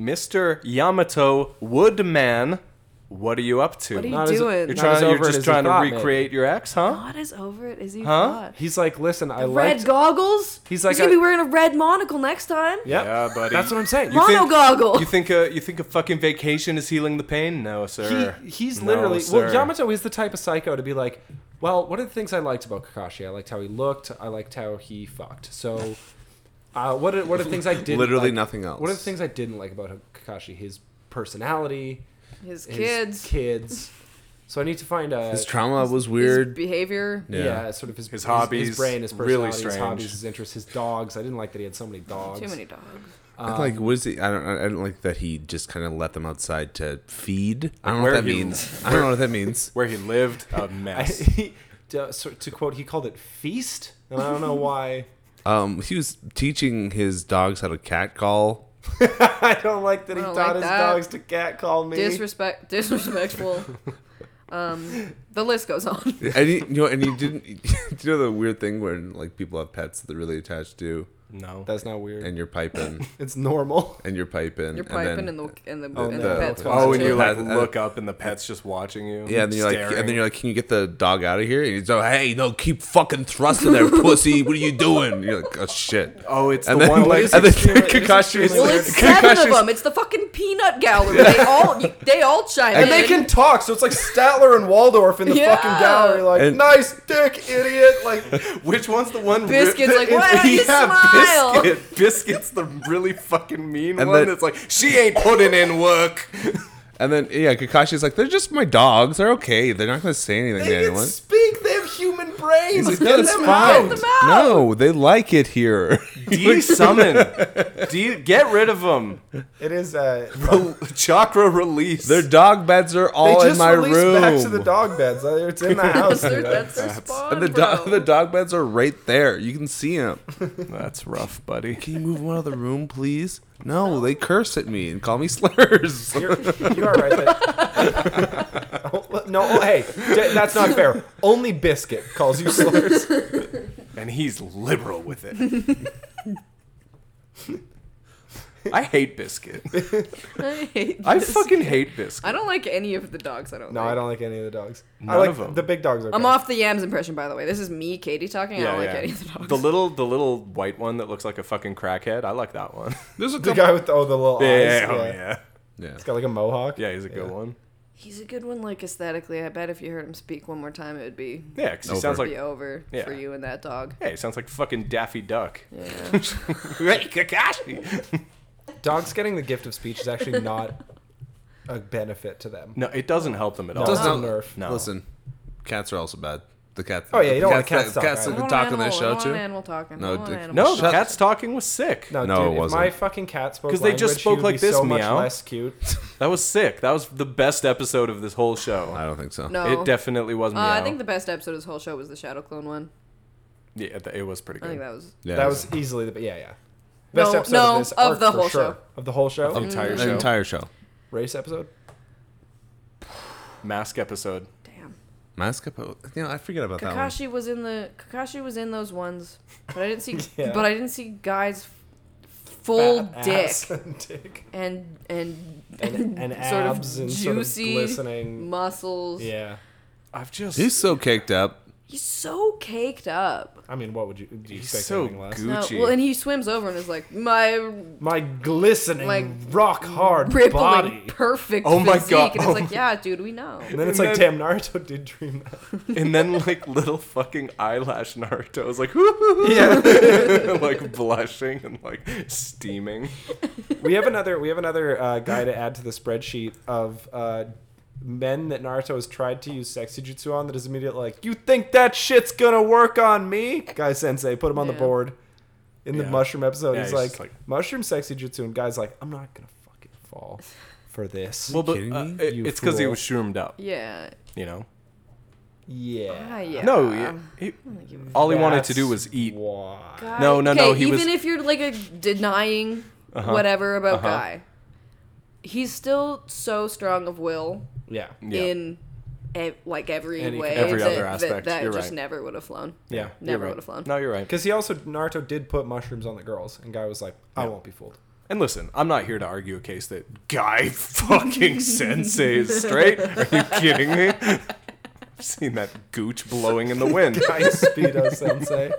D: Mr. Yamato Woodman, what are you up to?
C: What are you
A: Not as-
C: doing?
D: You're
A: not
D: trying.
A: as
D: You're
A: over it
D: just
A: as
D: trying
A: he
D: to
A: thought, maybe.
D: recreate your ex, huh?
C: God is over it. Is he
D: Huh?
C: hot?
A: He's like, listen, I
C: red
A: like.
C: goggles.
A: He's like
C: he's gonna
A: a-
C: be wearing a red monocle next time.
A: Yep.
D: Yeah, buddy.
A: That's what I'm saying.
D: You think-
C: Mono goggle.
D: You think a you think a fucking vacation is healing the pain? No, sir.
A: He, he's
D: No,
A: literally well.
D: sir.
A: Yamato is the type of psycho to be like, well, one of the things I liked about Kakashi, I liked how he looked, I liked how he fucked. So, uh, what are, what are the things I did?
B: Literally
A: like,
B: nothing else.
A: What are the things I didn't like about Kakashi? His personality,
C: his
A: his
C: kids,
A: kids. So I need to find a
B: His trauma was
C: his
B: weird.
C: behavior.
A: yeah.
B: Yeah.
A: sort of his,
D: His hobbies,
A: his brain, his
D: really
A: personality, his
D: strange.
A: hobbies, his interests, his dogs. I didn't like that he had so many dogs.
C: Too many dogs.
B: I Uh, like what is he? I don't. I don't like that he just kind of let them outside to feed. I don't know
D: Where
B: what that
D: he-
B: means. I don't know what that
D: <laughs>
B: means.
D: Where he lived,
B: <laughs>
A: <laughs>
D: a
A: I,
D: mess.
A: he, to, so- to quote, he called it feast, and I don't know why.
B: Um, he was teaching his dogs how to catcall.
A: <laughs> I don't like that he
C: I don't
A: taught
C: like
A: his
C: that.
A: dogs to cat call me.
C: Disrespect, disrespectful. um, the list goes on.
B: And he, you know, and he didn't. <laughs> Do you know the weird thing where like people have pets that they're really attached to,
D: no.
A: That's not weird.
B: and you're piping,
A: It's normal.
B: and you're piping,
C: You're
B: and
C: piping
B: then,
C: in the in the, in
A: Oh,
C: the,
A: no.
C: pets.
A: Oh,
D: oh,
C: watching.
D: and you like
B: Uh, uh,
D: look up and the pet's just watching you.
B: Yeah, and then you're like,
D: staring.
B: and then you're like, can you get the dog out of here? And he's like, hey, no, keep fucking thrusting there, pussy. What are you doing? And you're like, oh shit.
D: oh, it's
B: And
D: the
B: then,
D: one
B: <laughs>
D: like.
B: and then
A: extremely- it is
B: Kakashi.
A: extremely
C: Well, it's seven of
B: Kakashi's-
C: them. It's the fucking peanut gallery. They all they all chime
A: <laughs> And
C: in.
A: they can talk, so it's like Statler and Waldorf in the
C: Yeah.
A: fucking gallery, like,
B: And-
A: nice dick, <laughs> idiot. Like,
D: Which one's the one?
C: Biscuit's
D: <laughs>
C: like,
D: what?
C: "Why don't you smile?"
D: Biscuit. Biscuit's the really fucking mean
B: And
D: one.
B: then-
D: that's like, she ain't putting
B: <laughs>
D: in work.
B: And then yeah, Kakashi's like, they're just my dogs. They're okay. They're not gonna say anything to
A: they can
B: anyone.
A: speak, they have human brains. <laughs>
B: He's like,
A: Get
B: no, it's
A: them
B: fine.
A: out.
C: Get them out.
B: No, they like it here. <laughs>
D: De-summon. De- get rid of them.
A: It is, uh,
D: Chakra release.
B: Their dog beds are
A: they
B: all in
A: just
B: my
A: released
B: room.
A: back to the dog beds. Uh, It's <laughs> in the house.
C: That's their,
A: dude.
C: that's their spawn,
B: and the,
C: bro.
B: do- <laughs> the dog beds are right there. You can see them.
D: <laughs> That's rough, buddy.
B: Can you move one out of the room, please? No, they curse at me and call me <laughs>
D: <laughs>
B: slurs.
A: You're, you are right there. <laughs> Oh, no, oh, hey, J- that's not fair. Only Biscuit calls you slurs. <laughs>
D: And he's liberal with it. <laughs> I hate <laughs> Biscuit.
C: <laughs> I hate
D: I
C: this.
D: fucking hate Biscuit.
C: I don't like any of the dogs. I don't.
A: No,
C: like.
A: I don't like any of the dogs. I
D: None
A: like
D: of them.
A: the big dogs. Are
C: I'm off the yams impression, by the way. This is me, Katie, talking. I don't like any of the dogs.
D: The little, the little white one that looks like a fucking crackhead. I like that one.
B: There's a
A: The guy with the, oh, the little
D: Yeah,
A: eyes.
D: <laughs> yeah, oh, yeah.
B: Yeah.
A: It's got like a mohawk.
D: Yeah, he's a good one.
C: He's a good one, like aesthetically. I bet if you heard him speak one more time, it would be
D: Yeah, because he
B: Over.
D: sounds
C: be
D: like
C: over
D: Yeah.
C: for you and that dog.
D: hey, he sounds like fucking Daffy <laughs> Duck.
C: Yeah.
D: hey, Kakashi.
A: Dogs getting the gift of speech is actually
D: <laughs>
A: not a benefit to them.
D: No, it doesn't help them at all.
A: doesn't nerf.
D: No.
B: Listen, cats are also bad. The cats.
A: Oh, yeah, you don't want
B: cats,
A: cats to talk,
B: Cats
A: right?
B: that
A: I
B: can talk on their show
C: I don't want
B: too.
C: animal talking.
B: No,
C: I don't want
B: dude.
C: animal
D: No,
C: talking.
D: the
B: Shut-
D: cat's talking was sick.
A: No,
B: No,
A: dude,
B: it
A: if my
B: wasn't.
A: fucking cat spoke
D: 'Cause
A: because
D: they just spoke like this,
A: so much
D: meow.
A: less cute.
D: That was sick. That was the best episode of this whole show.
B: I don't think so.
C: No.
D: It definitely was
C: Uh,
D: meow.
C: I think the best episode of this whole show was the Shadow Clone one.
D: yeah, th- it was pretty
C: I think
D: good.
C: that was.
B: Yeah.
A: That was easily the yeah yeah.
C: No, no, of the
A: arc
C: whole
A: for sure.
C: show.
A: of the whole show.
D: entire
B: the Um, entire show.
A: Race episode?
D: Mask episode.
C: Damn.
B: Mask up. You know, I forget about that one.
C: Kakashi was in the Kakashi was in those ones, but I didn't see.
A: <laughs> Yeah.
C: But I didn't see guys f- full
A: Fat
C: dick
A: ass <laughs> and
C: <laughs>
A: dick.
C: and and <laughs>
A: And, and
C: sort of
A: abs and
C: juicy
A: sort of glistening.
C: muscles.
A: Yeah.
D: I've just
B: He's so caked up.
C: He's so caked up.
A: I mean, what would you, do you
D: He's
A: expect
D: so
A: anything less?
D: goo-
C: No,
D: Gucci.
C: well, and he swims over and is like, my
A: My glistening,
C: Like,
A: rock hard
C: rippling,
A: body.
C: perfect
D: Oh my
C: physique.
D: God.
C: And it's
D: Oh
C: like,
D: my-
C: yeah, dude, we know.
A: And then it's
D: And
A: like,
D: then-
A: damn, Naruto did dream
D: <laughs>
A: that.
D: <laughs> and then like little fucking eyelash Naruto is like <laughs> "Woo-hoo-hoo,"
A: Yeah.
D: like blushing and like steaming.
A: we have another we have another uh, guy to add to the spreadsheet of uh, men that Naruto has tried to use sexy jutsu on that is immediately like, You think that shit's gonna work on me? Guy Sensei, put him on the
C: Yeah.
A: board. In the
D: Yeah.
A: mushroom episode,
D: Yeah,
A: he's,
D: he's
A: like,
D: just like-
A: Mushroom sexy jutsu and guy's like, I'm not gonna fucking fall for this.
B: Well, but, kidding me?
D: uh, it-
A: You
D: it's because he
A: fool.
D: was shroomed up,
A: <laughs>
C: Yeah.
D: you know.
C: Ah,
A: yeah.
C: yeah.
D: No, he- he-
C: I don't give a
D: all he wanted to
A: That's
D: do was eat.
A: Why?
C: guy.
D: No, no, no,
C: Okay,
D: he
C: even
D: was-
C: if you're like a denying whatever about
D: uh-huh.
C: guy, he's still so strong of will
A: Yeah.
D: Yeah.
C: in ev- like every
A: Any-
C: way
A: every
C: that,
D: other
C: that-
D: aspect,
C: that
D: you're
C: just
D: right.
C: never would have flown.
A: Yeah.
D: You're
C: Never
D: right.
C: would've flown. <laughs>
D: No, you're right.
A: Because he also Naruto did put mushrooms on the girls, and guy was like, "I won't be fooled."
D: And listen, I'm not here to argue a case that guy <laughs> fucking sensei is straight. Are you kidding
C: <laughs>
D: me? I've seen that gooch blowing in
C: <laughs>
D: the wind.
A: Hi, Speedo Sensei.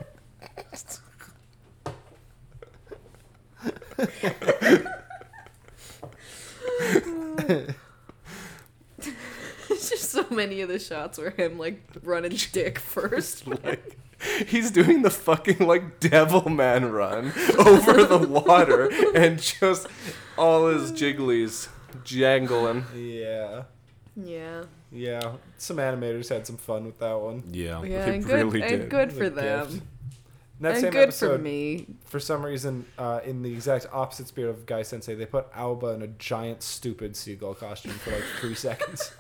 C: It's just so many of the shots where him like
D: <laughs>
C: running dick first.
D: Like, he's doing the fucking like devil man run <laughs> over the water and just all his jigglies jangling.
A: Yeah,
C: Yeah.
A: yeah. Some animators had some fun with that one.
B: Yeah.
C: Yeah,
D: They
C: and good,
D: really
C: and
D: did.
C: good
A: It was
C: for
A: a
C: them.
A: gift. And That
C: and
A: same
C: good
A: episode,
C: for
A: for,
C: me.
A: some reason, uh, in the exact opposite spirit of Guy Sensei, they put Alba in a giant, stupid seagull costume for like three <laughs> seconds.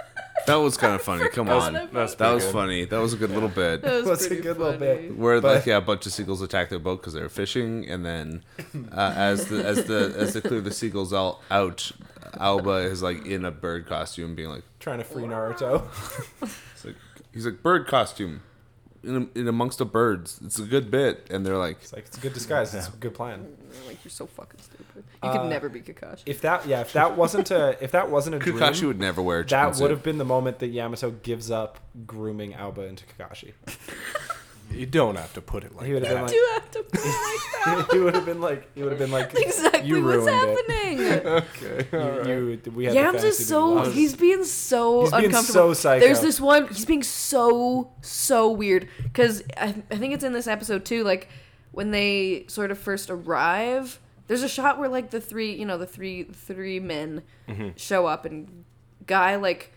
B: That was kind of
C: <laughs>
B: funny. Come
C: forgot
B: on.
C: about
D: That's
B: That was
D: good.
B: funny. That was a good little
C: <laughs>
B: bit.
C: That was
A: That's a
C: pretty
A: good
C: funny.
A: little bit.
B: Where
A: But-
B: like yeah, a bunch of seagulls attack their boat because they were fishing, and then uh, as the as the as they clear the seagulls all out, Alba is like in a bird costume, being like,
A: Trying to free Naruto.
B: it's like he's like bird costume, in, in amongst the birds. It's a good bit, and they're like,
A: It's like it's a good disguise. It's a good plan.
C: They're Like you're so fucking stupid. You could
A: Uh,
C: never be Kakashi.
A: If that, yeah, if that wasn't a, if that wasn't a dream,
B: Kakashi would never wear a chicken
A: that would
B: suit."
A: have been the moment that Yamato gives up grooming Alba into Kakashi.
D: You don't have to put it like
A: He would have been like,
D: that.
C: Do <laughs> you have to put it like
A: <laughs>
C: that?
A: he would have been like, he would have been like,
C: exactly
A: <laughs> You
C: what's
A: ruined it.
C: happening.
D: okay.
A: you, you, we had the
C: Yams
A: fantasy
C: is so
A: meeting.
C: he's being so
A: He's being
C: uncomfortable.
A: so psycho.
C: There's this one he's being so so weird because I, I think it's in this episode too. Like when they sort of first arrive, there's a shot where like the three you know the three three men
B: Mm-hmm.
C: show up and guy like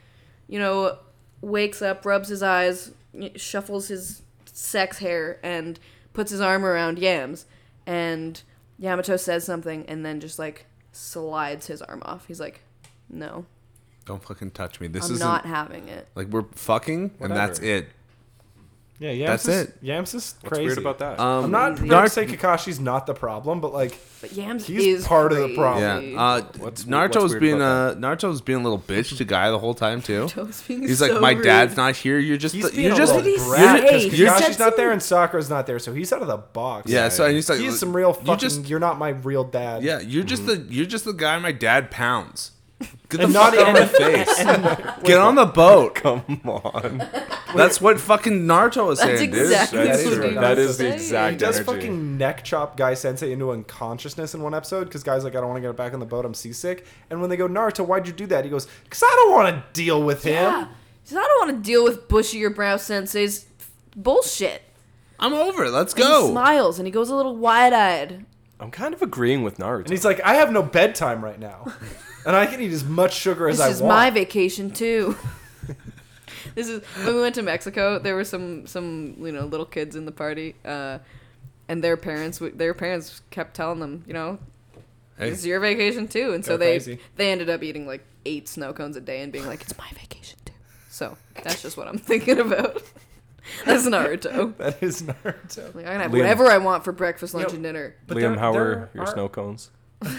C: you know wakes up, rubs his eyes, shuffles his sex hair, and puts his arm around Yams. And Yamato says something, and then just like slides his arm off. He's like, "No,
B: Don't fucking touch me. This
C: I'm
B: isn't
C: not having it."
B: like we're fucking, and that's it.
A: Yeah, Yams
B: That's
A: is,
B: it.
A: Yams is crazy.
D: What's weird about that?
B: Um,
A: I'm not
C: Crazy.
A: trying to say Kakashi's not the problem, but like,
C: But Yams
A: He's
C: is
A: part of the
C: crazy.
A: problem.
B: Yeah, uh,
D: What's- what's
B: Naruto's
D: weird
B: being a
D: about
B: Naruto's being a little bitch to guy the whole time
C: <laughs>
B: too.
C: Naruto's being
B: He's like,
C: so
B: my
C: rude."
B: dad's not here. You're just
A: he's being
B: you're
A: a
B: just
A: little
C: But he's
A: brat because
C: safe. You said
A: Kakashi's not
C: some-
A: there and Sakura's not there, so he's out of the box.
B: yeah. So and he's like,
A: he's some real fucking.
B: You just
A: you're not my real dad.
B: yeah. You're just the you're just the guy my dad pounds. Get the
A: And
B: fuck
A: not
B: out of my
A: and- <laughs>
B: face. Get on the boat.
D: Come on.
B: That's what fucking Naruto is
C: That's
B: saying, dude.
C: exactly
A: That
C: what
A: is
C: he
A: right.
C: was
A: That is
D: the
C: saying.
D: exact-
A: He does
D: Energy.
A: fucking neck chop Guy Sensei into unconsciousness in one episode because Guy's like, I don't want to get back on the boat, I'm seasick. And when they go, Naruto, why'd you do that? He goes, Because I don't want to deal with him.
C: Yeah. He says, "I don't want to deal with bushy or brow senseis bullshit."
B: I'm over. it. Let's
C: And He
B: go.
C: smiles and he goes a little wide-eyed.
D: I'm kind of agreeing with Naruto.
A: And he's like, I have no bedtime right now. And I can eat as much sugar as
C: This
A: I
C: is
A: want. <laughs>
C: my vacation too. <laughs> this is when we went to Mexico. There were some some you know little kids in the party, uh, and their parents w- their parents kept telling them you know
B: Hey,
C: this is your vacation too, and so
A: Go
C: they
A: crazy.
C: they ended up eating like eight snow cones a day and being like it's my vacation too. So that's just what I'm <laughs> thinking about. that's Naruto.
A: that is Naruto.
C: Like, I can have
D: Liam.
C: whatever I want for breakfast, lunch,
A: Yo,
C: and dinner.
A: But
D: Liam,
A: there-
D: how
A: there
D: were your
A: are-
D: snow cones?
B: Um,
A: <laughs>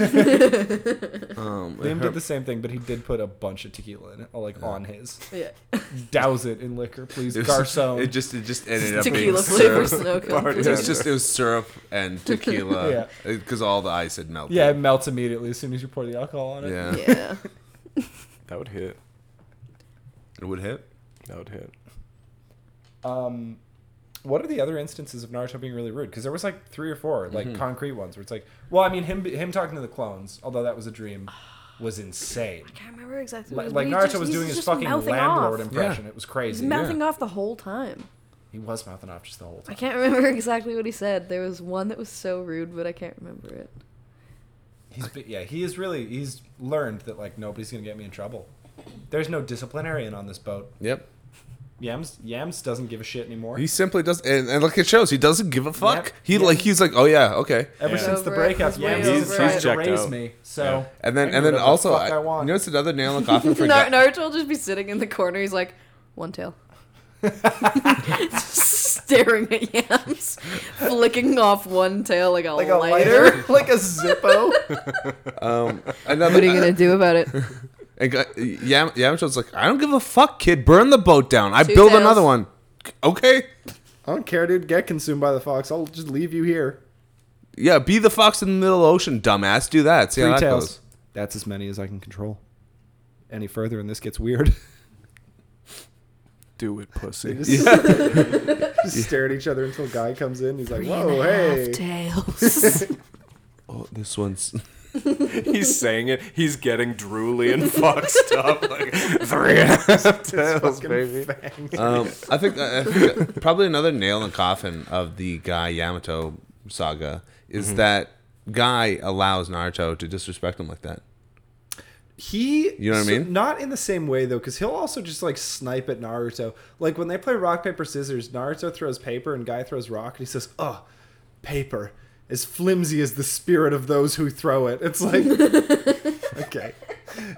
A: Liam
B: her-
A: did the same thing, but he did put a bunch of tequila in it, all, like on his.
C: Yeah.
A: Douse it in liquor, please,
B: <laughs> it was-
A: Garcon.
B: <laughs> It just it just ended up being
C: Tequila flavor
B: syrup.
C: snow cone.
B: <laughs> It was just it was syrup
C: <laughs>
B: and
A: Yeah.
B: tequila because all the ice had melted.
A: yeah, it melts immediately as soon as you pour the alcohol on it.
B: yeah.
C: Yeah.
D: That would hit.
B: It would hit.
D: That would hit.
A: Um, what are the other instances of Naruto being really rude? Because there was like three or four like
B: Mm-hmm.
A: concrete ones where it's like, well, I mean, him him talking to the clones, although that was a dream, was insane.
C: I can't remember exactly.
A: Like,
C: what
A: like
C: he
A: Naruto
C: just-
A: was
C: he's
A: doing his
C: just
A: fucking
C: mouthing
A: landlord
C: off.
A: impression. It was
C: He's
A: crazy.
C: mouthing off the whole time.
A: He was mouthing off just the whole
C: I
A: time.
C: can't <laughs> remember exactly what he said. There was one that was so rude, but I can't remember it.
A: He's be- yeah, he is really he's learned that like nobody's gonna get me in trouble. There's no disciplinarian on this boat.
B: Yep.
A: Yams Yams doesn't give a shit anymore.
B: He simply does, and, and like it shows, he doesn't give a fuck.
A: Yep.
B: He
A: Yeah.
B: like he's like, oh yeah, okay.
A: Ever
D: Yeah.
A: since the
C: Over it.
A: breakup,
C: He's
A: Yams
C: way
A: has
C: over
A: tried
C: it.
A: to
D: Checked
A: raise
D: out.
A: me. So
B: And
A: I
B: then
A: can
B: and
A: do
B: then
A: whatever the
B: also,
A: fuck
B: I,
A: I want.
B: you know, it's another nail in the
C: <laughs>
B: coffin for.
C: Nar-
B: Ga-
C: Naruto will just be sitting in the corner. He's like, one tail. <laughs>
A: <laughs>
B: <laughs>
C: just staring at yams, flicking off one tail like a lighter. <laughs>
A: <laughs> like a Zippo.
B: um,
C: What are
B: another <laughs>
C: you gonna do about <laughs> it?
B: and Ga- Yam- Yamcha's like, I don't give a fuck, kid. Burn the boat down. I
C: Two
B: build
C: tails.
B: another one. Okay.
A: I don't care, dude. Get consumed by the fox. I'll just leave you here.
B: Yeah, be the fox in the middle ocean, dumbass. Do that. See how
A: Three
B: that
A: tails.
B: goes.
A: That's as many as I can control. Any further, and this gets
B: <laughs>
A: weird.
D: Do it, pussy.
A: just, just stare at each other until guy comes in. He's like, "Whoa, hey!" <laughs>
C: tails. <laughs>
B: Oh, this one's.
D: <laughs> He's saying it. He's getting drooly and fucked up. Like <laughs> three and a half tails,
A: Fucking
D: baby.
A: fangs.
B: Um, I think, I think probably another nail in the coffin of the Guy Yamato saga is
A: Mm-hmm.
B: that Guy allows Naruto to disrespect him like that.
A: He,
B: You know what I mean?
A: Not in the same way though, because he'll also just like snipe at Naruto. Like when they play rock paper scissors, Naruto throws paper and Guy throws rock, and he says, "Oh, paper." As flimsy as the spirit of those who throw it. It's like, <laughs> okay.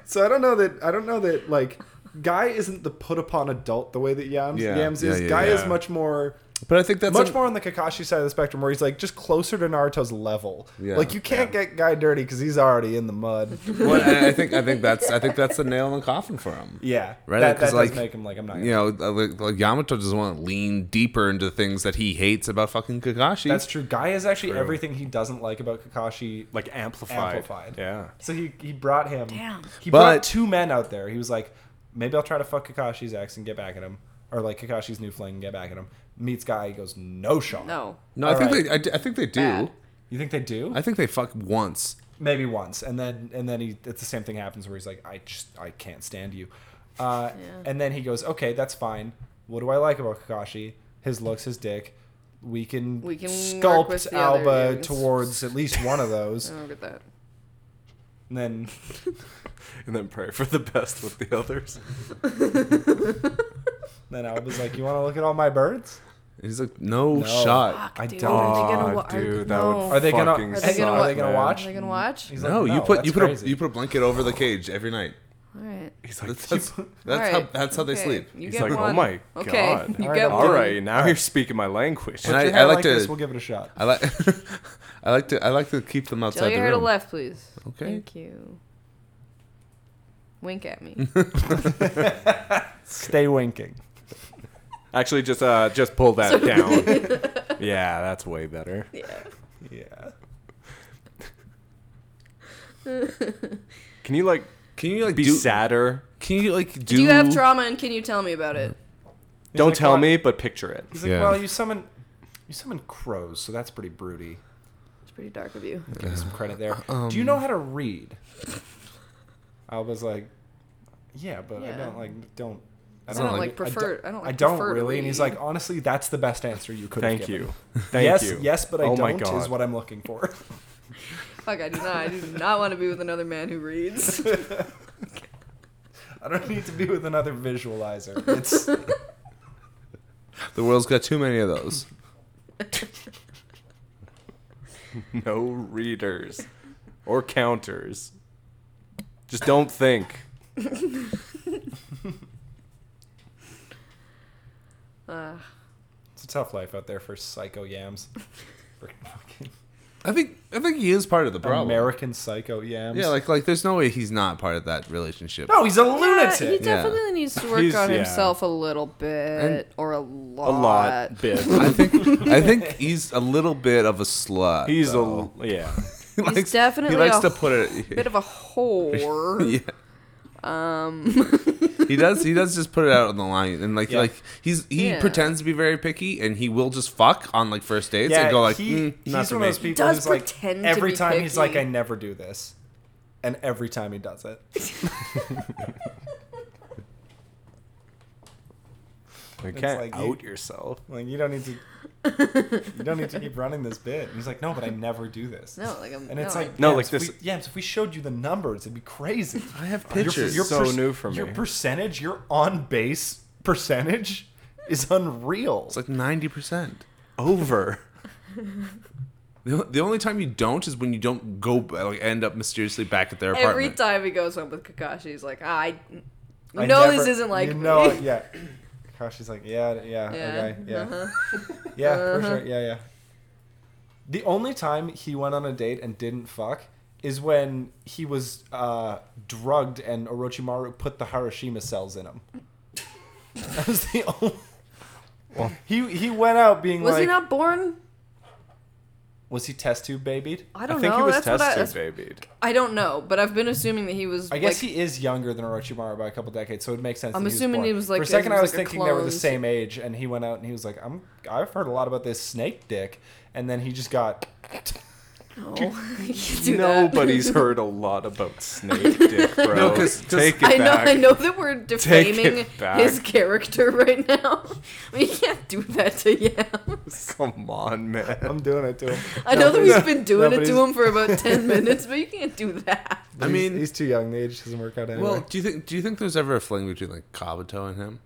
A: So I don't know that I don't know that like Guy isn't the put upon adult the way that Yams
B: Yeah,
A: Yams
B: yeah,
A: is.
B: yeah,
A: Guy is
D: yeah.
A: much more
B: But I think that's
A: much
B: a- <laughs>
A: more on the Kakashi side of the spectrum, where he's like just closer to Naruto's level.
B: Yeah.
A: Like you can't get Guy dirty because he's already in the mud.
B: Well, I I think I think that's I think that's the nail in the coffin for him.
A: Yeah,
B: Right,
A: That, that
B: 'cause,
A: does
B: like,
A: make him like I'm not.
B: You know, uh, like, like Yamato doesn't want to lean deeper into things that he hates about fucking Kakashi.
A: That's true. Guy is actually everything he doesn't like about Kakashi.
D: Like amplified.
A: Amplified.
D: Yeah.
A: So he he brought him.
C: Damn.
A: He brought
B: But-
A: two men out there. He was like, maybe I'll try to fuck Kakashi's ex and get back at him, or like Kakashi's new fling and get back at him. Meets guy, he goes no shot.
C: no.
B: no,
A: All
B: I think
A: right.
B: they I, d- I think they do.
C: Bad.
A: You think they do?
B: I think they fuck once.
A: Maybe once, and then and then he it's the same thing happens where he's like, I just I can't stand you, uh,
C: Yeah.
A: and then he goes, okay, that's fine. What do I like about Kakashi? His looks, his dick. We can
C: We can work with
A: sculpt
C: the other
A: Alba
C: dudes.
A: towards at least one of
C: <laughs>
A: those,
C: I don't get that.
A: and then
D: <laughs> And then pray for the best with the others.
A: <laughs> then Alba's like, you want to look at all my birds?
B: And he's like, no,
A: No.
B: shot.
C: Fuck,
A: I
C: dude.
A: don't-
C: Are they gonna, wa-
D: Aw,
C: are,
D: dude, that
C: no.
D: would
A: Are they gonna-
D: fucking
A: are
C: they gonna-
D: suck,
C: are they
A: gonna
D: man.
A: watch?
C: Are they gonna watch?
A: He's like,
B: No, you put
A: that's
B: you put a,
A: crazy."
B: you put a blanket over the cage
A: <laughs>
B: every night.
C: All right.
D: He's like,
B: That's that's, that's
C: All
B: how
C: right.
B: that's how they
C: Okay.
B: sleep.
C: You
D: He's
C: get
D: like, oh
C: one.
D: my
C: okay.
D: God.
C: <laughs> You
A: All
C: get
A: right,
D: all
C: one.
D: right, now you're speaking my language.
B: And
A: Put
B: I-
A: your hair
B: like to-
A: This, we'll give it a
B: <laughs>
A: shot. <laughs>
B: I like I like to I like to keep them
C: Tell
B: outside the
C: your hair
B: <laughs>
C: to
B: room.
C: left, please.
B: Okay.
C: Thank you. Wink at me.
A: Stay winking.
D: Actually, just uh, just pull that down.
C: <laughs>
D: yeah, that's way better.
C: yeah.
A: Yeah.
D: Can you like
B: Can you like
D: be
B: do?
D: sadder?
B: Can you like do?
C: Do you have trauma and can you tell me about it?
D: Don't
A: like,
D: tell
A: "Why?"
D: me, but picture it.
A: He's like,
B: Yeah.
A: well, you summon you summon crows, so that's pretty broody.
C: It's pretty dark of you.
A: Give you some credit there. Do you know how to read? Alba's like, yeah, but I
C: Yeah.
A: don't like don't. I
C: I don't like,
A: I don't-
C: prefer. I don't. like,
A: I don't
C: prefer to
A: really. And he's
C: read.
A: like, honestly, that's the best answer you could. have
D: Thank
A: given.
D: you. <laughs> Thank
A: yes,
D: you.
A: yes, but I
D: Oh my
A: don't
D: God.
A: is what I'm looking for. <laughs>
C: "Fuck, I do not. I do not want to be with another man who reads."
A: I don't need to be with another visualizer.
C: <laughs>
A: It's <laughs>
B: The world's got too many of those.
D: No readers or counters. Just don't think.
C: uh, <laughs>
A: it's a tough life out there for psycho yams. For fucking-
B: I think I think he is part of the problem.
A: American Psycho. Yeah. I'm
B: Yeah,
A: s-
B: like like there's no way he's not part of that relationship.
E: No, he's a
C: Yeah, he
E: lunatic.
C: definitely needs to work
A: He's-
C: on
A: yeah.
C: himself a little bit
B: And-
C: or a lot.
D: A lot.
A: bit.
C: <laughs>
B: I think I think he's a little bit of a slut.
D: He's
B: though.
D: a yeah.
B: <laughs>
A: <laughs>
B: he
C: He's
B: likes,
C: definitely
B: he likes
C: a
B: to put it.
C: Bit of a whore.
B: <laughs> yeah. Um. he does. He does just put it out on the line, and like
A: Yeah.
B: like he's he
C: Yeah.
B: pretends to be very picky, and he will just fuck on like first dates and go like,
A: he,
B: mm, not
A: he's
B: for
A: one
B: me."
A: of those people
C: does
A: who's like
C: pretend to
A: every
C: be
A: time he's like,
C: picky.
A: I never do this, and every time he does
C: <laughs>
A: it.
D: You can't
A: like you-
D: out yourself.
A: Like you don't need to. you don't need to keep running this bit. And he's like, no, but I never do this.
C: No, like I'm.
A: And it's
C: no,
A: like
D: No,
A: Yams,
D: like
A: if
D: this-
A: we- Yams, if we showed you the numbers, it'd be
B: <laughs>
A: crazy.
B: I have
A: Your-
B: pictures.
A: your
D: so new for
A: Your
D: me.
A: percentage, your on base percentage, is unreal.
B: it's like ninety percent.
D: Over.
B: The the only time you don't is when you don't go like end up mysteriously back at their
C: I-
B: apartment.
C: every time he goes home with Kakashi, he's like, ah, I. You
A: I
C: know
A: never-
C: this isn't like
A: you know,
C: <laughs> me.
A: yeah. Gosh, she's like, yeah, yeah,
C: Yeah.
A: okay, yeah,
C: Uh-huh.
A: yeah, for sure, yeah, yeah. The only time he went on a date and didn't fuck is when he was uh, drugged and Orochimaru put the Hiroshima cells in him. <laughs> That was the only. he he went out being
C: Was
A: like,
C: he not born?
A: was he test tube babied?
C: I
D: I,
C: don't
D: think
C: know.
D: he was
C: that's what I. that's-
D: test tube babied.
C: I don't know, but I've been assuming that he was.
A: I guess
C: like, <laughs>
A: he is younger than Orochimaru by a couple decades, so it makes sense.
C: I'm
A: that he
C: assuming
A: was
C: he
A: born.
C: was like-
A: For a second,
C: he was
A: I was
C: like a
A: thinking they were the
C: clone.
A: same age, and he went out and he was like, "I'm. I've heard a lot about this snake dick," and then he just got.
C: No, you can't <laughs> do that. <laughs>
D: Nobody's heard a lot about snake dick, bro.
B: No, 'cause- 'cause
D: take it
C: I know,
D: back.
C: I know that we're
D: Take it
C: defaming
D: back.
C: his character <laughs> right now. We can't do that to Yams.
D: Come on, man.
A: I'm doing it to him.
C: <laughs> I know that
A: Nobody's-
C: we've been doing it to
A: nobody's-
C: him for about ten minutes, but you can't do that.
B: I mean,
A: he's, he's too young. The age doesn't work out anyway.
B: well, do you think do you think there's ever a fling between like Kabuto and him?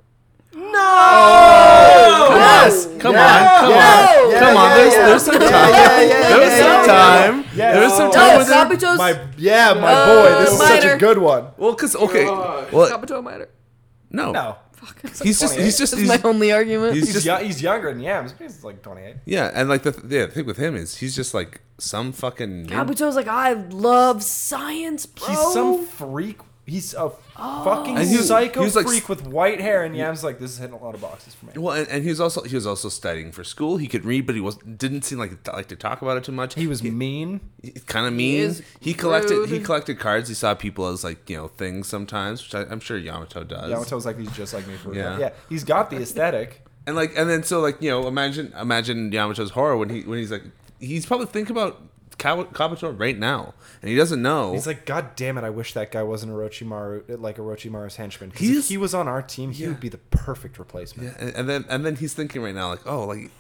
C: Yes,
B: Come on, come
A: Yeah,
B: on,
A: yeah,
B: come on.
A: yeah,
B: there's
A: yeah.
B: there's some time.
A: yeah, yeah,
B: there was
A: yeah,
B: some
A: yeah,
B: time.
A: yeah.
B: There was some
A: No,
B: time
C: No,
B: with him.
C: Sabuto's
A: my yeah, my
C: Uh,
A: boy, this is such
C: minor.
A: a good one.
B: Well, cause okay, well,
C: Sabuto minor.
B: no,
A: No,
B: he's just he's just
C: That's
B: he's,
C: my only argument.
B: he's
A: he's
B: just
A: yo- he's younger than Yams. but He's like 28.
B: yeah, and like the th- yeah, the thing with him is he's just like some fucking
C: Kabuto's like, I love science, bro. Oh.
A: He's some freak. He's a fucking
B: And he was-
A: psycho
B: he was like
A: freak with white hair, and Yams like this is hitting a lot of boxes for me.
B: well, and, and he was also he was also studying for school. He could read, but he was didn't seem like like to talk about it too much.
A: He was mean.
B: kind of mean.
C: is
B: He, collected he
C: rude.
B: collected cards. He saw people as like you know things sometimes, which I, I'm sure Yamato does.
A: Yamato's like he's just like me for
B: Yeah.
A: yeah. yeah. He's got the aesthetic.
B: and like and then so like you know imagine imagine Yamato's horror when he when he's like he's probably thinking about Kaw- Kabuto right now and he doesn't know.
A: He's like, God damn it! I wish that guy wasn't Orochimaru, like Orochimaru's henchman. 'Cause
B: He's-
A: if he was on our team, he would be the perfect replacement.
B: and, and then and then he's thinking right now like oh like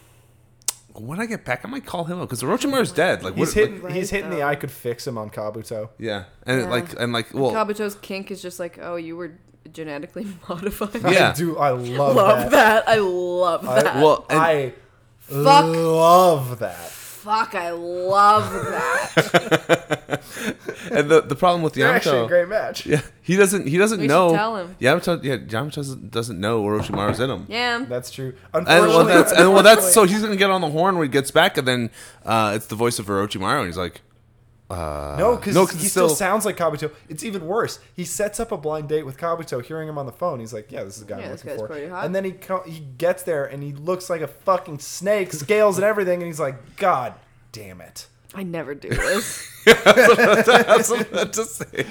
B: when I get back I might call him up because Orochimaru's dead like
A: He's
B: what,
A: hitting.
B: like-
C: Right,
A: he's hitting
C: though.
A: the I could fix him on Kabuto.
B: yeah and
C: Yeah.
B: like and like well
C: Kabuto's kink is just like, oh, you were genetically <laughs> modified.
B: Yeah.
A: I do. I love,
C: love
A: that.
C: that. I love that.
B: well and,
A: I
C: Fuck.
A: love that.
C: Fuck, I love that.
B: and the the problem with
A: They're actually
B: Yamato
A: a great match.
B: yeah he doesn't he doesn't
C: We should
B: know
C: tell him.
B: Yamato yeah Yamato doesn't, doesn't know Orochimaru's in him
C: Yeah.
A: That's true.
B: And
A: Unfortunately,
B: well, that's and well, that's so he's gonna get on the horn when he gets back, and then uh, it's the voice of Orochimaru, and he's like, uh,
A: No, because
B: No, 'cause
A: he
B: it's
A: still
B: still-
A: sounds like Kabuto. It's even worse. He sets up a blind date with Kabuto, hearing him on the phone. He's like, "Yeah, this is the guy
C: Yeah,
A: I'm
C: this
A: looking
C: guy's
A: for."
C: pretty hot.
A: And then he co- he gets there and he looks like a fucking snake, scales and everything, and he's like, "God damn
B: <laughs>
A: it!"
C: I never do this.
B: <laughs> "That's what I have to say."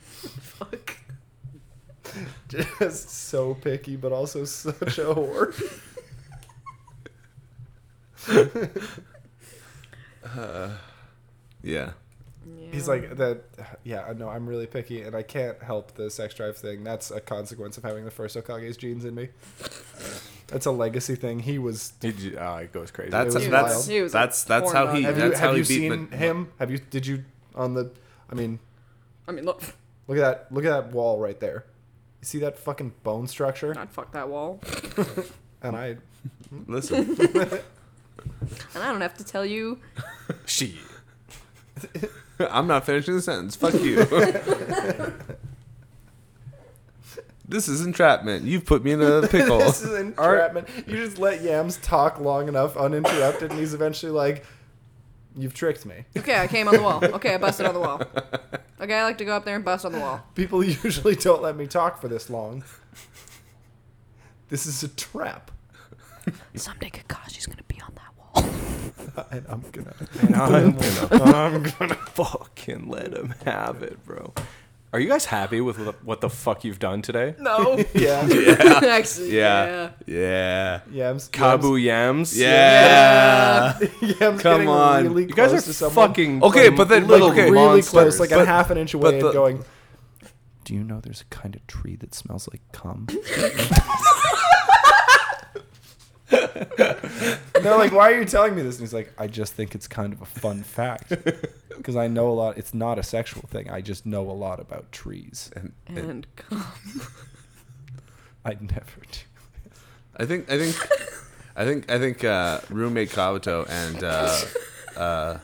C: Fuck.
A: Just so picky, but also such a whore.
C: <laughs>
B: Yeah,
A: He's like that. Yeah, no, I'm really picky, and I can't help the sex drive thing. That's a consequence of having the first Okage's genes in me. That's a legacy thing. He was.
D: He j- ah, it goes crazy.
B: that's
A: was
B: that's
A: wild.
C: He was
B: that's
C: like
B: that's how
C: torn
B: he
C: on it.
A: Have you
B: that's how
A: have you
B: he beat
A: seen
B: Ma-
A: him? Have you? Did you on the? I mean.
C: I mean, look,
A: Look at that! Look at that wall right there. You see that fucking bone structure?
C: I'd fuck that wall.
A: And I,
B: Listen,
C: And I don't have to tell you.
D: she.
B: <laughs> I'm not finishing the sentence. Fuck you. This is entrapment. You've put me in a
A: <laughs>
B: pickle.
A: This is entrapment. You just let Yams talk long enough uninterrupted, and he's eventually like, You've tricked me.
C: Okay, I came on the wall. Okay, I busted on the wall. Okay, I like to go up there and bust on the wall.
A: People usually don't let me talk for this long. This is a trap.
C: Someday Kakashi's gonna be on that wall.
A: And I'm gonna.
D: And I'm gonna, I'm gonna fucking let him have it, bro. Are you guys happy with what- what the fuck you've done today?
C: <laughs> No.
A: <laughs> Yeah.
C: <laughs> Actually,
B: yeah. <laughs> Yeah.
A: Yams.
D: Kabu yams.
B: Yeah.
A: <laughs> Yams, yams
B: Come
A: getting
B: on.
A: Really
D: You guys
A: close
D: are
A: to someone.
D: fucking
B: Okay,
D: like,
B: but then
A: Like,
B: like, okay.
A: really
B: monsters.
A: close, like a
B: But-
A: half an inch away,
B: the-
A: and going.
F: Do you know there's a kind of tree that smells like
A: <laughs>
F: cum?
A: And they're like, "Why are you telling me this?"
F: And he's like, I just think it's kind of a fun
A: <laughs>
F: fact because I know a lot. It's not a sexual thing. I just know a lot about trees.
C: And
F: I'd never do.
B: I think I think I think I think uh, roommate Kabuto and uh,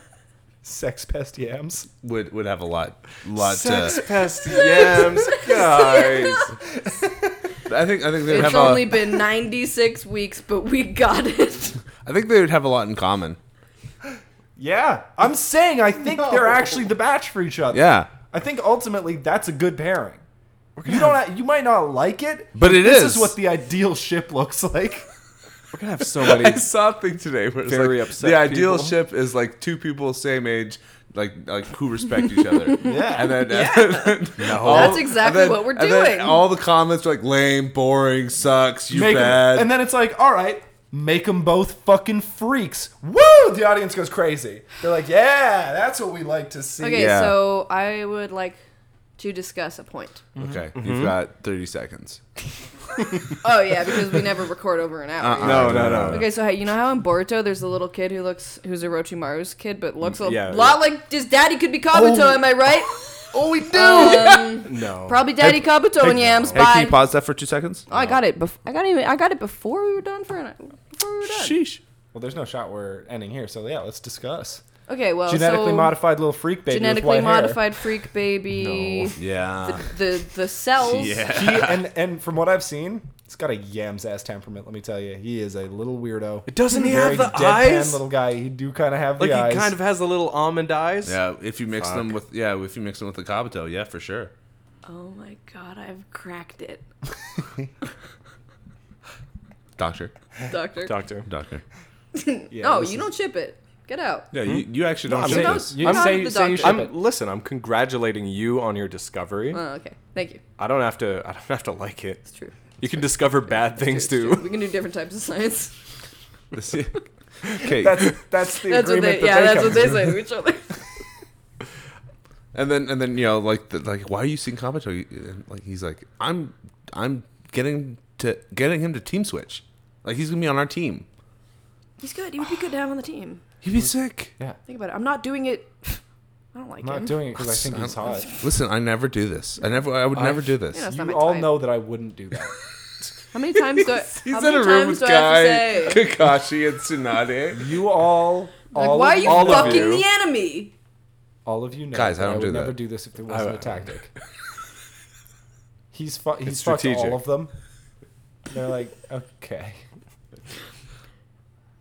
A: Sex pest yams.
B: would would have a lot lot.
D: sex
B: To,
D: pest yams, guys.
B: I think I think they would
C: it's
B: have
C: only
B: a,
C: been 96 weeks, but we got it.
B: I think they would have a lot in common.
A: Yeah, I'm saying I think they're actually the batch for each other.
B: Yeah,
A: I think ultimately that's a good pairing. You don't. ha- You might not like it,
B: but it
A: this
B: is.
A: is what the ideal ship looks like.
D: We're gonna have
B: <laughs>
D: so
B: I
D: many.
B: saw a thing today where it's
D: Very
B: like
D: upset
B: the ideal
D: people.
B: ship is like two people same age, like like who respect <laughs> each other.
A: Yeah. <laughs>
B: and then, <laughs> and then all-
C: That's exactly
B: and then-
C: what we're
B: and then
C: doing.
B: all the comments were like lame, boring, sucks, you
A: Make 'em-
B: bad.
A: and then it's like, all right, make them both fucking freaks. Woo! The audience goes crazy. They're like, yeah, that's what we like to see.
C: Okay,
B: Yeah.
C: so I would like to discuss a point.
B: okay,
C: Mm-hmm.
B: you've got thirty seconds.
C: Oh yeah, because we never record over an hour.
B: Uh-uh.
D: No, no, no.
C: Okay, so hey, you know how in Boruto there's a little kid who looks who's Orochimaru's kid, but looks a
D: yeah,
C: lot like his daddy could be Kabuto. Am I <laughs> right?
B: Oh, we
A: <laughs>
B: do.
C: Um,
D: No.
C: probably Daddy Kabuto and Yams.
B: Hey,
C: Bye.
B: can you pause that for two seconds?
C: oh, I got it. Bef- I got even. I got it before we were done for an. Before we were done.
B: Sheesh.
A: Well, there's no shot we're ending here, so yeah, let's discuss.
C: okay, well,
A: Genetically
C: so
A: modified little freak baby.
C: genetically
A: with white hair.
C: modified freak baby.
B: Yeah.
C: The the
A: <laughs>
C: cells.
A: He, and and from what I've seen, it's got a yams ass temperament. Let me tell you, he is a little weirdo.
D: Doesn't he
A: Very
D: have the
A: deadpan
D: eyes?
A: Little guy. He do kind of have
D: like
A: the eyes.
D: he kind of has the little almond eyes.
B: Yeah, if you mix them with yeah, if you mix them with the Kabuto, yeah, for sure.
C: Oh my god, I've cracked it,
B: Doctor,
A: <laughs>
C: Doctor.
D: Doctor.
B: doctor.
C: no, you don't ship it. Get out.
B: Yeah, you, you actually don't
A: saying-
B: ship
C: not-
B: this.
A: You
C: I'm not
A: say,
C: the
A: say you
C: doctor.
A: ship
D: I'm
A: it.
D: listen. I'm congratulating you on your discovery.
C: Oh, okay. Thank you.
D: I don't have to. I don't have to like it.
C: It's true.
D: You can discover bad things
C: It's true.
D: too.
C: We can do different types of science.
B: <laughs> okay, <laughs>
A: That's that's the
C: That's what
A: agreement.
C: they. Yeah,
A: that
C: that's what
A: comes
C: they
A: to.
C: say to each other.
B: and then and then you know like the, like why are you seeing Kabuto? You- and, Like he's like I'm I'm getting to getting him to team switch. Like he's gonna be on our team.
C: He's good. He would be good to have on the team.
B: He'd be sick.
C: Think about it. I'm not doing it. <laughs> I don't like
A: I'm not
C: him.
A: doing it because I think he's hot.
B: <laughs> Listen, I never do this. I never. I would never do this.
C: Yeah, that's not
A: You
C: my
A: all
C: type.
A: know that I wouldn't do
C: <laughs>
A: that.
C: How many
B: <laughs>
C: times do I? how many times do I have to say?
A: <laughs>
B: Kakashi and Tsunade.
A: You all,
C: Like,
A: all,
C: why are
A: of,
C: you
D: all of
C: fucking
D: you.
C: the enemy?
A: all of you know,
B: Guys, I
A: that
B: don't
A: would
B: do that.
A: never do this if there wasn't a tactic. He's fu- he's
D: It's
A: fucked
D: strategic.
A: all of them. They're like, okay,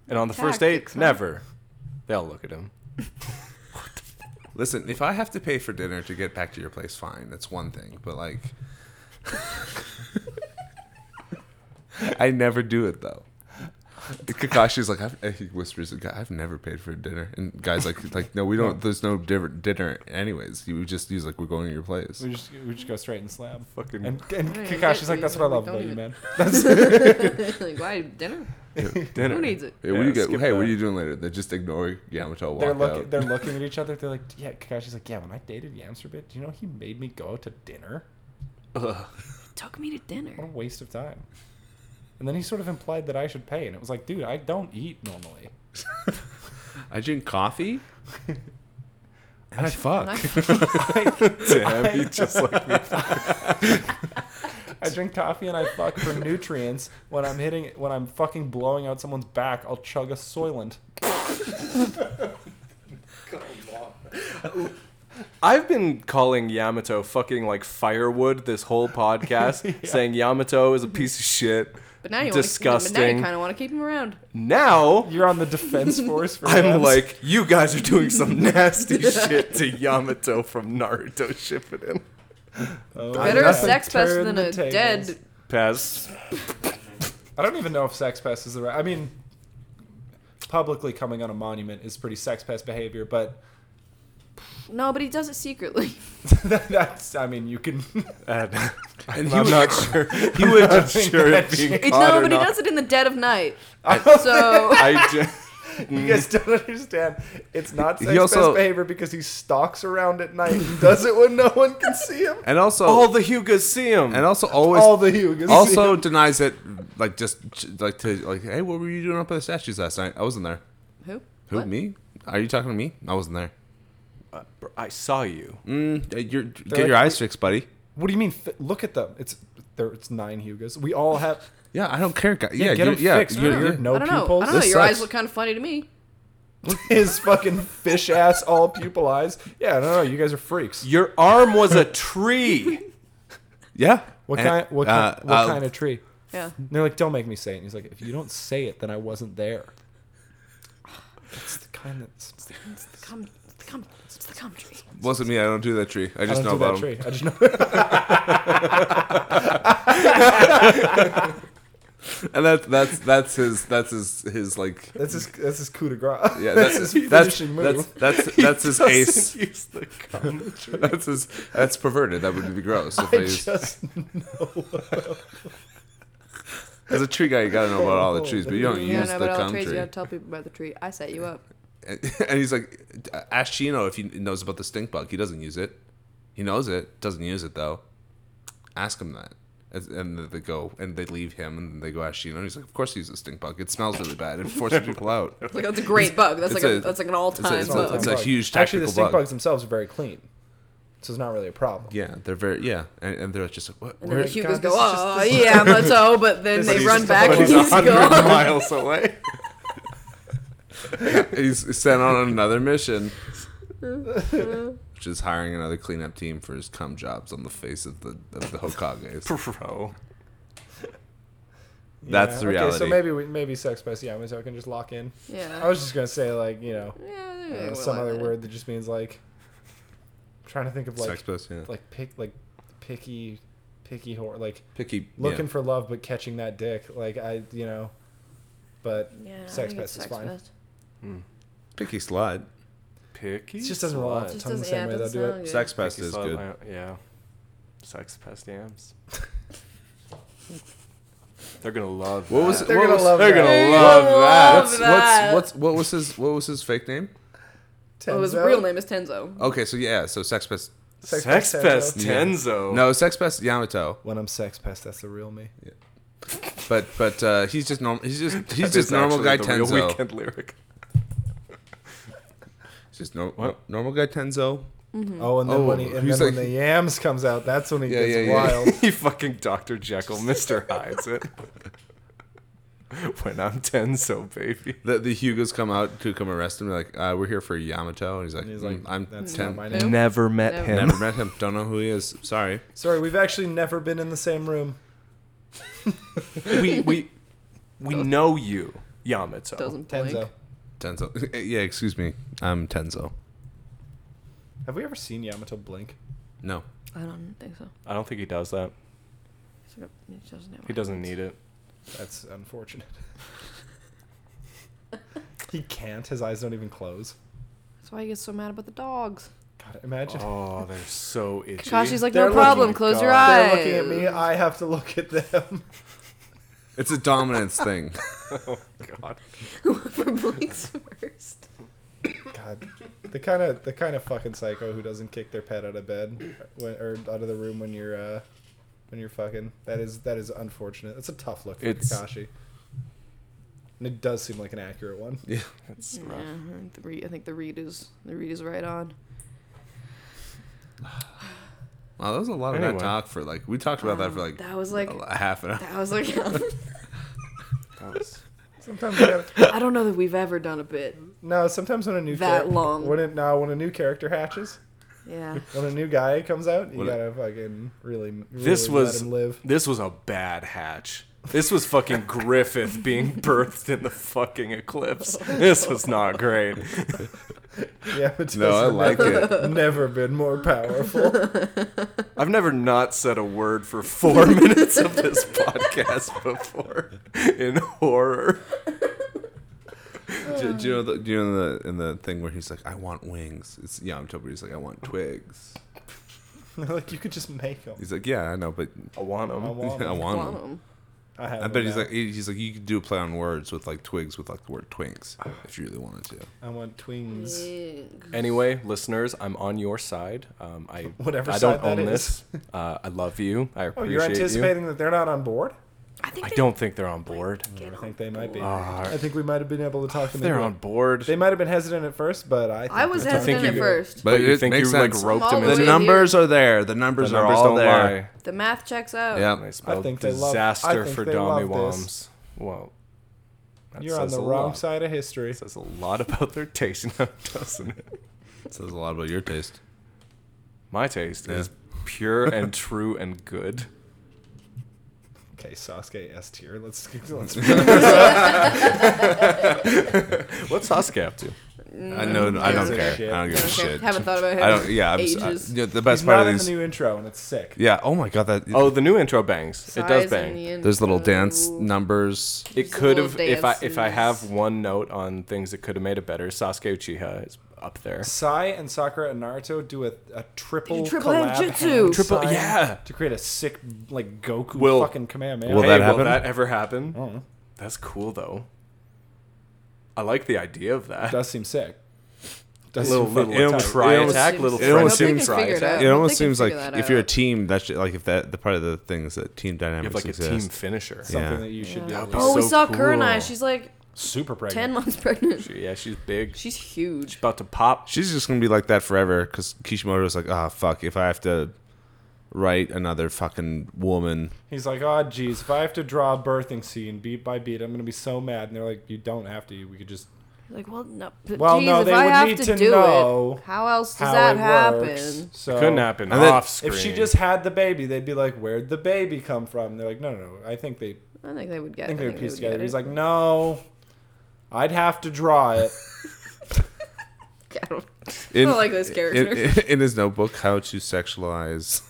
D: And on the first date,
C: Tactics, huh?
D: never. They'll look at him.
B: Listen, if I have to pay for dinner to get back to your place, fine. That's one thing. But like, <laughs> I never do it though. Kakashi's like, I've, he whispers, to Guy, "I've never paid for dinner." And guys like, like, no, we don't. There's no different dinner, anyways. You just use like, we're going to your place.
A: we just we just go straight and slam.
D: Fucking.
A: And, and
C: Right,
A: Kakashi's like, that's what I love
C: don't
A: about you,
C: even-
A: man.
C: <laughs> like, why dinner?
D: dinner.
C: Who needs it?
B: Hey, what do you
D: Yeah,
B: get?
D: skip
B: Hey, what
D: that.
B: are you doing later? They just ignore Yamato. Walk
A: They're
B: out.
A: looking they're looking at each other. They're like, yeah. Kakashi's like, yeah. When I dated Yams for a bit, do you know he made me go out to dinner?
C: Took me to
A: What
C: dinner.
A: a waste of time. And then he sort of implied that I should pay, and it was like, dude, I don't eat normally.
B: I drink coffee. and I
C: And
B: fuck.
C: I-
D: Damn, he
C: <laughs>
D: <laughs> just like me.
A: I drink coffee and I fuck
D: <laughs>
A: for nutrients. When I'm hitting, when I'm fucking blowing out someone's back, I'll chug a Soylent.
D: <laughs> I've been calling Yamato fucking like firewood this whole <laughs> podcast, saying Yamato is a piece of shit.
C: But now you wanna-
D: disgusting.
C: but now you kind of want to keep him around.
D: now
A: You're on the
D: <laughs>
A: defense force for
D: I'm
A: Yams.
D: like, you guys are doing <laughs> some nasty shit to Yamato from Naruto Shippuden.
A: Oh,
C: Better a
A: nothing
C: sex pest
A: turned
C: than
A: the
C: a
A: tables.
C: dead.
D: Pass.
A: I don't even know if sex pest is the right. I mean, publicly coming on a monument is pretty sex pest behavior, but <laughs>
C: No, but he does it secretly. <laughs>
A: that's. I mean, you can.
D: And
B: And
D: I'm
B: would-
D: not
B: <laughs>
D: sure.
B: He would.
D: I'm sure it being
C: It,
D: caught
C: no,
D: or
C: but he
D: not.
B: <laughs>
C: does it in the dead of night.
A: <laughs> I-
C: So
D: I ju-
A: you guys don't understand. It's not
B: He
A: sex
B: also-
A: pest behavior because he stalks around at night and does it when no one can see him.
B: And also,
D: all the Hugas see him.
B: Oh. and also always
A: All the Hugas. <laughs>
B: also denies it. Like just like to like, hey, what were you doing up at the statues last night? I wasn't there.
C: who?
B: Who
C: What?
B: me? Are you talking to me? I wasn't there.
D: Uh, bro, I saw you.
B: Mm, uh, you're, get
A: like-
B: your eyes fixed, buddy.
A: What do you mean? fi- Look at them. It's there. It's nine Hugas. We all have.
B: Yeah, I don't care. guy.
A: Yeah,
B: Yeah,
A: get
B: you
A: them
B: yeah,
A: fixed.
B: you're-
A: man.
B: you're-
A: no
C: I don't know.
A: pupils.
C: I don't know.
B: This
C: Your eyes
B: sucks.
C: look kind of funny to me.
A: His fucking fish ass, all pupil eyes. Yeah, no, no. You guys are freaks.
D: Your arm was a tree.
B: <laughs> yeah.
A: What
B: And,
A: kind? What,
B: uh,
A: kind, what
B: uh,
A: kind of tree?
C: Yeah.
A: And they're like, "Don't make me say it." And he's like, "If you don't say it, then I wasn't there." It's the kind that's.
C: It's the cum. It's the cum. It's the cum tree.
B: Wasn't me. I don't do that tree. I
A: I
B: just
A: don't
B: know
A: do
B: about
A: that
B: him.
A: tree. I just know. <laughs>
B: And that that's that's his that's his his like
A: That's his. That's his coup de grace. <laughs>
B: yeah
A: that's,
B: that's
A: his
B: that's
A: finishing
B: that's
A: move. <laughs>
B: that's that's his
D: Doesn't
B: ace.
D: use the cum tree.
B: That's his that's perverted. That would be gross. If I
A: I
B: used-
A: just
B: as a tree guy, you gotta know about all
A: Oh,
B: the trees, but you don't
C: You don't
B: use
C: know
B: the
C: about all the
B: cum
C: trees. You
B: tree.
C: gotta tell people about the tree. I set you up.
B: And, <laughs> and he's like, ask Chino if he knows about the stink bug. He doesn't use it. He knows it. Doesn't use it though. Ask him that. And- And they go and they leave him and they go ask Chino. And he's like, of course he uses a stink bug. It smells really bad. It forces people out.
C: It's Like that's a great bug. That's
B: it's
C: like a,
B: a-
C: that's like an all
B: It's a,
C: time
B: it's a,
C: bug.
B: it's a huge
A: actually
B: tactical
A: the stink
B: bug.
A: bugs themselves are very clean, so it's not really a problem.
B: Yeah, they're very yeah, and, and they're just like, what?
C: and then
A: Where-
C: the
A: God,
C: Hugas go,
A: this is just-
C: oh yeah, but so, but then they
A: is
C: run
A: just
C: back
A: a
C: and
A: bunch
C: he's gone.
D: miles
C: <laughs>
D: away.
B: <laughs> He's sent on another
C: <laughs>
B: mission, which is hiring another cleanup team for his cum jobs on the face of the of the Hokages.
D: Bro.
B: That's the reality.
A: Okay, so maybe we, maybe sex pest. Yeah, so I can just lock in. I
C: Yeah.
A: was just gonna say like you know,
C: Yeah,
A: I
C: there
A: don't
C: you
A: know,
C: go,
A: some
C: like
A: other
C: that.
A: word that just means like. I'm trying to think of like
B: Sex pest, yeah.
A: like pick like picky picky whore like
B: Picky
A: looking
B: yeah.
A: for love but catching that dick like I you know, but
C: Yeah, I
A: Sex
C: think it's
A: pest is fine.
C: pest.
B: picky slut.
D: Picky.
A: it just doesn't roll off the
C: Just
A: tongue the
C: doesn't- yeah,
A: same way.
C: it
A: They'll
C: doesn't
A: do
C: sound
A: it.
C: good.
B: Sex pest
D: Picky
B: is
D: slut,
B: good.
D: I- yeah. Sex
B: <laughs>
D: pest yams. They're gonna love.
B: What was
D: that.
B: what was-
A: love
D: They're
A: that.
D: gonna
C: They're gonna
D: love
C: love
D: that.
B: What's, what's what's what was his what was his fake name?
C: Well, his
A: Tenzo?
C: real name is Tenzo.
B: Okay, so yeah, so sex pest.
A: Sex
D: Sex
A: Pest
D: pest
B: Tenzo. Yeah.
D: Tenzo.
B: No, sex pest Yamato,
A: When I'm sex pest, that's the real me.
B: but but uh, he's just normal. He's just he's
D: That
B: just
D: is
B: normal guy
D: actually the real
B: Tenzo.
D: Weekend lyric.
B: He's just no,
D: What?
B: normal guy Tenzo.
A: Oh, and then
B: Oh,
A: when he, and
B: <laughs> he's
A: then when
B: like-
A: the yams comes out, that's when he
B: Yeah,
A: gets
B: yeah, yeah. <laughs>
A: wild.
D: <laughs> he fucking Dr. Jekyll, Mr. Hides it. when I'm Tenzo, baby.
B: The the Hugos come out to come arrest him. They're like, uh, we're here for Yamato, and he's like,
A: And he's
B: "Mm,
A: like,
B: I'm
A: that's
B: Ten-
A: not my
C: Nope.
A: name.
D: Never met
C: Never.
D: him.
B: Never met him. Don't know who he is. Sorry.
A: Sorry, we've actually never been in the same room.
D: we we we know you, Yamato.
C: Doesn't blink.
A: Tenzo.
B: Tenzo. <laughs> yeah, excuse me. I'm Tenzo.
A: Have we ever seen Yamato blink?
B: No.
C: I don't think so.
D: I don't think he does that.
C: He doesn't, have
D: He doesn't need it.
A: That's unfortunate. <laughs> he can't. His eyes don't even close.
C: That's why he gets so mad about the dogs.
A: God, imagine.
D: Oh, they're so itchy.
C: Kakashi's like,
A: They're
C: no
A: looking-
C: problem. Close your
D: God.
C: eyes. <laughs>
A: They're looking at me. I have to look at them.
B: It's a
C: <laughs>
B: dominance thing.
D: <laughs> oh god.
C: Whoever blinks <laughs> first.
A: God, the kind of the kind of fucking psycho who doesn't kick their pet out of bed when, or out of the room when you're uh, when you're fucking. That is that is unfortunate. That's a tough look for
D: It's-
A: Kakashi. And it does seem like an accurate one.
B: Yeah.
D: That's
C: Yeah,
D: rough.
C: I think the read, I think the read is the read is right on.
B: Wow, that was a lot of
D: Anyway.
B: that talk for like we talked about that for like
C: That was like
B: a half an hour.
C: that was
D: <laughs>
C: like
D: That was-
A: Sometimes you gotta,
C: I don't know that we've ever done a bit
A: <laughs> no. Sometimes when a new
C: That
A: charac-
C: long.
A: when it, no when a new character hatches,
C: Yeah.
A: When a new guy comes out, you
B: What a-
A: gotta fucking really, really
D: This was
A: let him live. <laughs>
D: this was a bad hatch. This was fucking
C: <laughs>
D: Griffith being birthed in the fucking eclipse. This was not great.
A: Yeah, but
B: No, I
A: Tesla
B: like
A: <laughs>
B: it.
A: never been more powerful. <laughs>
D: I've never not said a word for four <laughs> minutes
C: <laughs>
D: of this podcast before in horror.
B: <laughs> Do, do you know the do you know the in the thing where he's like, I want wings. It's Yom Tov. where He's like, I want twigs.
A: like you could just make them.
B: He's like, Yeah, I know, but
D: I want them.
A: I want 'em.
B: <laughs> I want them.
C: Quantum.
A: I, have
B: I
A: 'em
B: bet he's
A: now.
B: like, he- he's like, you could do a play on words with like twigs with like the word twinks if you really wanted to.
A: I want twins.
C: Yeah.
D: Anyway, listeners, I'm on your side. Um, I
A: <laughs> Whatever
D: I
A: side
D: don't own
A: that
D: this. <laughs> Uh, I love you. I
A: Oh,
D: appreciate
A: you're anticipating that they're not on board?
C: I think
D: I
C: they
D: don't think they're on board.
A: I think they might be.
D: Ah.
A: I think we might have been able to talk
D: If
A: them
D: they're
A: into
D: on
A: it.
D: board.
A: They might have been hesitant at first, but I. Think
C: I was
A: we're talking
D: think
C: hesitant
D: you
C: at
A: to-
C: first.
B: But,
D: But you
B: it
D: think
B: makes
D: you, like,
B: sense.
D: roped
C: Small
D: him
B: the
D: into
C: way-
D: it.
B: numbers are there. The numbers
D: The
B: are
D: numbers
B: all
D: don't
B: there.
D: lie.
C: The math checks out.
B: Yeah.
D: spelled
A: think they love- I
D: disaster
A: think
D: for
A: they
D: Dommy
A: love this.
D: Woms. Well, that
A: You're on
D: says
A: the
D: a
A: wrong
D: lot.
A: side of history.
D: Says a lot about their taste <laughs> now, doesn't it?
B: <laughs> Says a lot about your
D: <laughs>
B: taste.
D: My taste is pure and true and good.
A: Okay, Sasuke S tier. Let's let's
D: What's Sasuke up to?
B: I know. I don't
A: Gives a
B: care.
A: shit.
B: I don't give a
C: Don't care.
B: shit.
C: Haven't thought about him.
B: I don't. Yeah. I'm,
C: ages.
B: I, you know, the
A: He's
B: best
A: not
B: part of
A: in the
B: these.
A: new intro, and it's sick.
B: yeah. Oh my god. That.
D: Oh, the new intro bangs. it does bang.
B: There's little dance numbers.
D: It could have if I if I have one note on things that could have made it better. Sasuke Uchiha is up there.
A: Sai and Sakura and Naruto do a, a triple
C: Triple
A: collab
C: Henjutsu.
A: hand
D: Triple-
A: sign
D: yeah.
A: to create a sick like Goku
D: Will-
A: fucking Kamehameha.
B: Will
D: hey,
B: that
D: will
B: happen?
D: that ever happen?
A: I don't know.
D: That's cool though. I like the idea of that.
A: does seem sick. Does
D: <laughs> little
A: seem
D: little,
A: fucking
D: little
A: tight.
D: try
B: it
D: attack,
C: almost
D: little
B: seems- it almost
D: friendship
B: seems-
D: try
C: figure it
D: attack.
C: out.
B: It
C: I
B: almost
C: think they
B: seems
C: figure
B: like
C: that
B: if you're a
C: out.
B: team, that should, like if that the part of the things that team
D: You have
B: dynamics
D: like a
B: exist.
D: team finisher.
B: Yeah.
A: Something that you should
D: Yeah.
A: do.
D: That'd be
C: Oh, we
D: so
C: saw Kurenai.
D: cool.
C: She's like
A: Super pregnant.
C: ten months <laughs> pregnant.
D: She- Yeah, she's big. She's
C: She's huge.
D: about to pop. <laughs>
B: She's just gonna be like that forever because Kishimoto's like, ah, fuck. If I have to write another fucking woman,
A: He's like, oh, geez, if I have to draw a birthing scene beat by beat, I'm gonna be so mad. And they're like, you don't have to. We could just
C: Like, well, no. But
A: Well,
C: geez,
A: no,
C: if
A: they
C: I
A: would
C: have
A: need
C: to,
A: to
C: do
A: know
C: it, how else does
A: how
C: that
A: it
C: happen?
A: works. So
D: Couldn't happen
B: And then-
D: off screen.
A: If she just had the baby, they'd be like, where'd the baby come from? And they're like, no, no, no. I think they
C: I think they would get.
A: I think they would piece
C: would
A: together.
C: get
A: He's
C: it.
A: like, no, I'd have to draw it. <laughs>
C: I don't-
B: in,
C: like this character.
B: in- <laughs> in his notebook, how to
C: <laughs>
B: sexualize.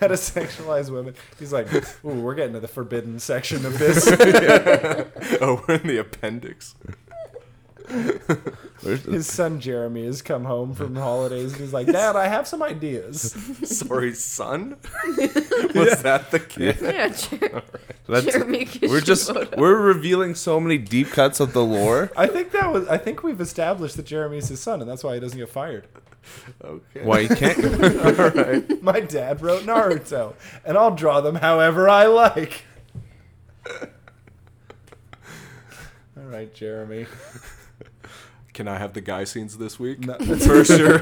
A: How to sexualize women. He's like, ooh, we're getting to the forbidden section of this. <laughs>
D: oh, we're in the appendix. <laughs>
B: Where's the-
A: His son Jeremy has come home from the holidays and he's like, Dad, I have some ideas.
D: Sorry, son. <laughs> Was that the kid?
C: <laughs>
A: <laughs>
C: yeah, Jer-
B: That's-
C: Jeremy Kishimoto. <laughs>
B: we're just we're revealing so many deep cuts of the
C: <laughs>
B: lore.
A: I think that was. I think we've established that Jeremy's his son, and that's why he doesn't get fired.
D: Okay.
B: Why you can't? <laughs>
A: My dad wrote Naruto, and I'll draw them however I like. All right, Jeremy.
D: Can I have the guy scenes this week?
A: No-
B: <laughs>
D: For sure.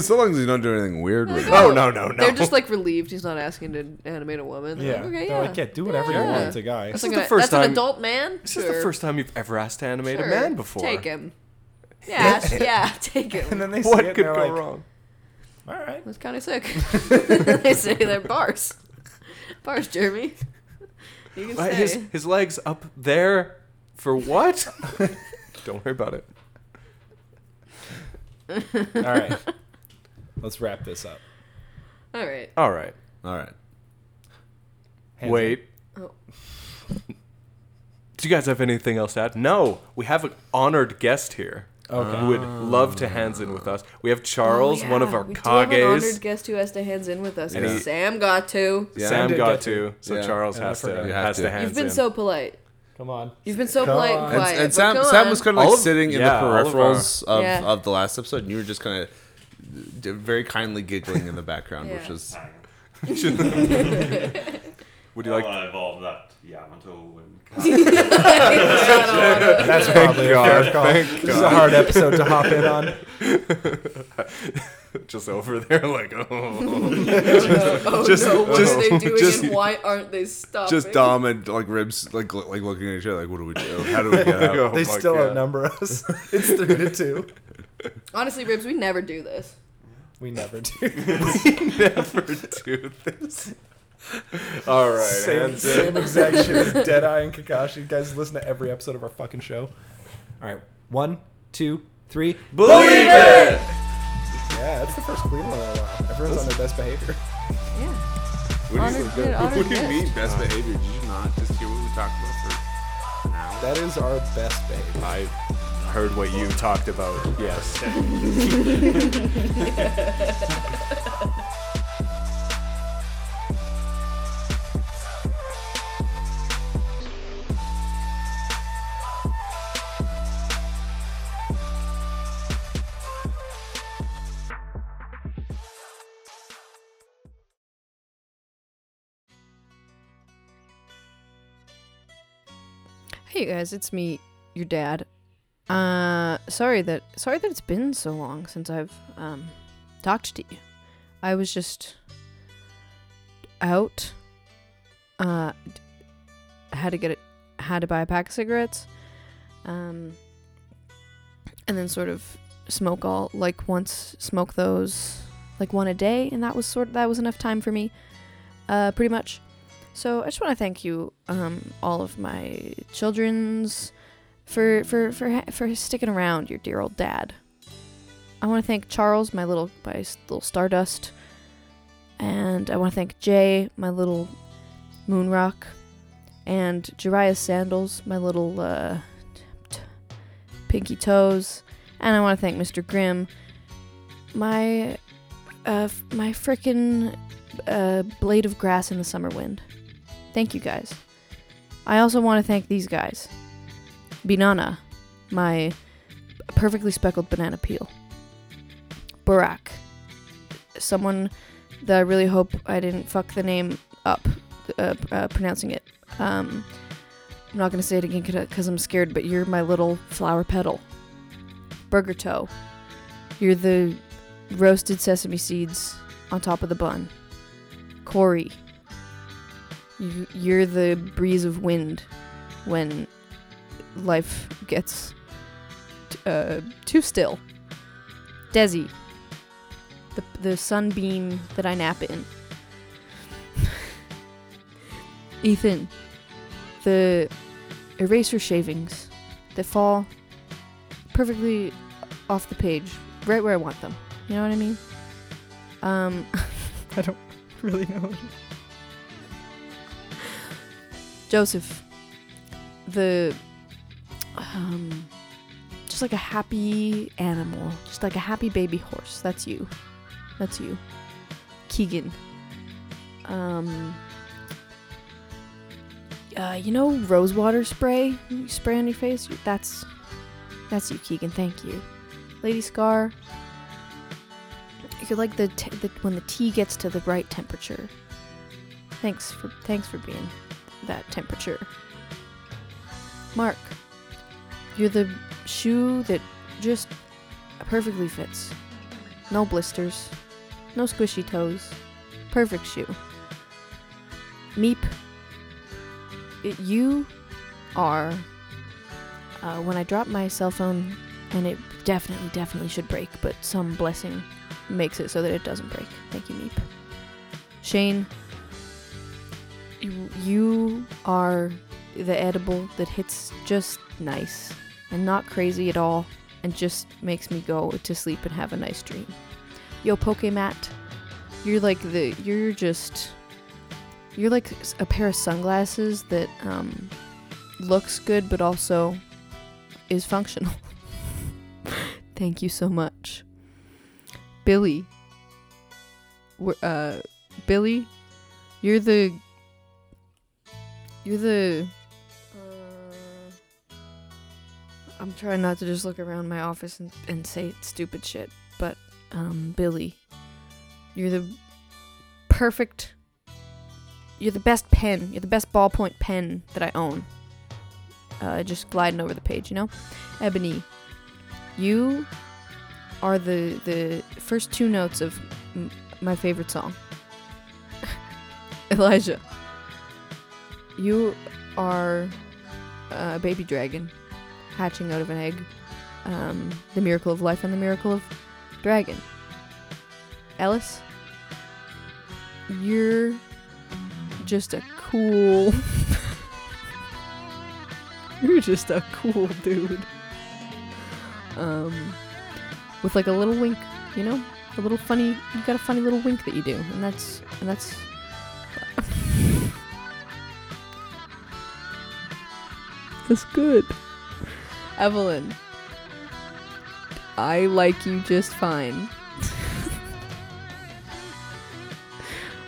B: so long as you don't do anything weird with it.
D: No, no, no, no.
C: They're just like relieved he's not asking to animate a woman.
A: Yeah.
C: They're like, <laughs> okay,
A: They're
C: yeah.
A: like, yeah, do whatever you
C: Yeah.
A: want. It's a guy.
C: That's,
D: This is
C: like
D: the
C: an-
D: first
C: that's
D: time-
C: an adult man.
D: This
C: sure.
D: is the first time you've ever asked to animate
C: sure.
D: a man before.
C: Take
A: <laughs>
C: him. Yeah, yeah, <laughs> take him.
A: <laughs> And then they see
D: What
A: it and
D: could
A: they're
D: go
A: like,
D: wrong?
A: All right.
C: That's kind of sick. <laughs> they say they're bars. Bars, Jeremy. You
D: <laughs>
C: can
D: Uh,
C: say.
D: His his legs up there
C: <laughs>
D: for what? Don't worry about it.
A: <laughs> All right. Let's wrap this up.
C: All right.
D: All right.
B: All right.
A: Hands
D: Wait.
C: Oh.
D: Do you guys have anything else to add? No, we have an honored guest here.
A: Okay.
D: Who would love to hands in with us. We have Charles,
C: Oh,
D: one
C: yeah.
D: of our
C: we do have an honored
D: kages.
C: guest who has to hands in with us,
B: Yeah.
C: and Sam got to.
B: Yeah.
D: Sam
A: did
D: got
A: get to.
D: to, so
B: Yeah.
D: Charles
A: Yeah, I
D: has to
A: forgot.
B: You have
D: has to
B: to.
D: hands
C: You've been
D: in.
C: so polite.
A: Come on.
C: You've been so
A: Come
C: polite
A: on.
C: and
B: And,
C: quiet.
B: and
C: but
B: Sam,
C: go
B: Sam
C: on. <laughs>
B: was kind of
D: All
B: like
D: of-
B: sitting in
D: yeah,
B: the
D: all of our-
B: peripherals of,
C: Yeah.
B: of the last episode, and you were just kind of very kindly giggling in the background, which
C: Yeah.
B: was
D: Would you like?
G: I evolved that Yamato and
A: <laughs>
B: <laughs>
A: That's probably a fair call. This is a hard episode to hop in <laughs> on.
D: just over
B: <laughs>
D: there, like, oh.
C: Oh
B: Just-
C: no, what
B: just-
C: are they doing
B: just-
C: and why aren't they stopping?
B: just Dom and like ribs like lo- like
D: <laughs>
B: looking at each other like, what do we do? How do we get out?
D: Oh
A: They <laughs>
D: my
A: still
D: God.
A: outnumber us. It's three to two.
C: Honestly, ribs, we never do this.
F: We never
A: <laughs>
F: do.
D: <laughs>
B: <laughs>
D: Never do this. All right.
F: same,
D: that's it.
F: same exact shit as
A: <laughs>
F: Deadeye and Kakashi. You guys listen to every episode of our fucking show. All right. One, two, three.
D: Believe it.
F: Yeah, that's the first Cleveland in a while. Everyone's on their best behavior.
C: Yeah.
B: What do you,
C: Honored good, honored
B: what do you
C: guest.
B: mean best behavior? Did you not just hear what we talked about for an hour?
F: That is our best behavior.
D: I heard what you talked about. Yes.
C: Hey you guys, it's me, your dad. Uh, sorry that sorry that it's been so long since I've um talked to you. I was just out. Uh, d- had to get it. Had to buy a pack of cigarettes. Um, and then sort of smoke all like once smoke those like one a day, and that was sort that was enough time for me. Uh, pretty much. So I just want to thank you, um, all of my childrens, for for for ha- for sticking around, your dear old dad. I want to thank Charles, my little my s- little stardust, and I want to thank Jay, my little moon rock, and Jariah Sandals, my little uh, t- t- pinky toes, and I want to thank Mr. Grimm, my uh, f- my frickin' a blade of grass in the summer wind. Thank you guys. I also want to thank these guys Binana, my perfectly speckled banana peel. Barack, someone that I really hope I didn't fuck the name up uh, uh, pronouncing it. Um, I'm not going to say it again because I'm scared, but you're my little flower petal. Burger Toe, you're the roasted sesame seeds on top of the bun. Corey, you, you're the breeze of wind when life gets t- uh, too still. Desi, the, the sunbeam that I nap in. <laughs> Ethan, the eraser shavings that fall perfectly off the page, right where I want them. You know what I mean? Um, I don't really know. Joseph, the um, just like a happy animal, just like a happy baby horse. That's you. That's you. Keegan. Um. Uh, you know rosewater spray you spray on your face. That's that's you, Keegan. Thank you, Lady Scar. You're like the, t- the when the tea gets to the right temperature. Thanks for thanks for being that temperature. Mark, you're the shoe that just perfectly fits. No blisters, no squishy toes. Perfect shoe. Meep, it, you are. Uh, when I drop my cell phone, and it definitely, definitely should break, but some blessing makes it so that it doesn't break. Thank you, Meep. Shane, you, you are the edible that hits just nice and not crazy at all and just makes me go to sleep and have a nice dream. Yo, Pokemat, you're like the, you're just, you're like s- a pair of sunglasses that um, looks good but also is functional. <laughs> Thank you so much. Billy. We're, uh, Billy, you're the. You're the. Uh, I'm trying not to just look around my office and, and say stupid shit, but, um, Billy, you're the perfect. You're the best pen. You're the best ballpoint pen that I own. Uh, just gliding over the page, you know? Ebony, you are the the first two notes of m- my favorite song. <laughs> Elijah, you are a baby dragon hatching out of an egg. um, The Miracle of Life and The Miracle of Dragon. Alice, you're just a cool. <laughs> you're just a cool dude. Um, with like a little wink, you know, a little funny. You got a funny little wink that you do, and that's and that's. That's good. Evelyn, I like you just <laughs> fine.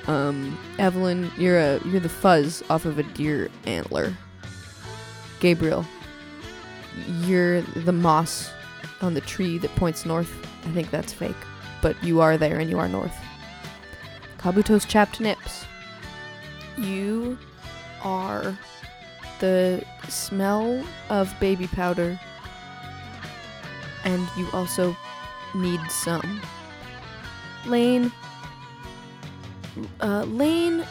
C: um, Evelyn, you're a you're the fuzz off of a deer antler. Gabriel, you're the moss on the tree that points north. I think that's fake, but you are there and you are north. Kabuto's chapped nips. You are the smell of baby powder, and you also need some. Lane, uh, Lane,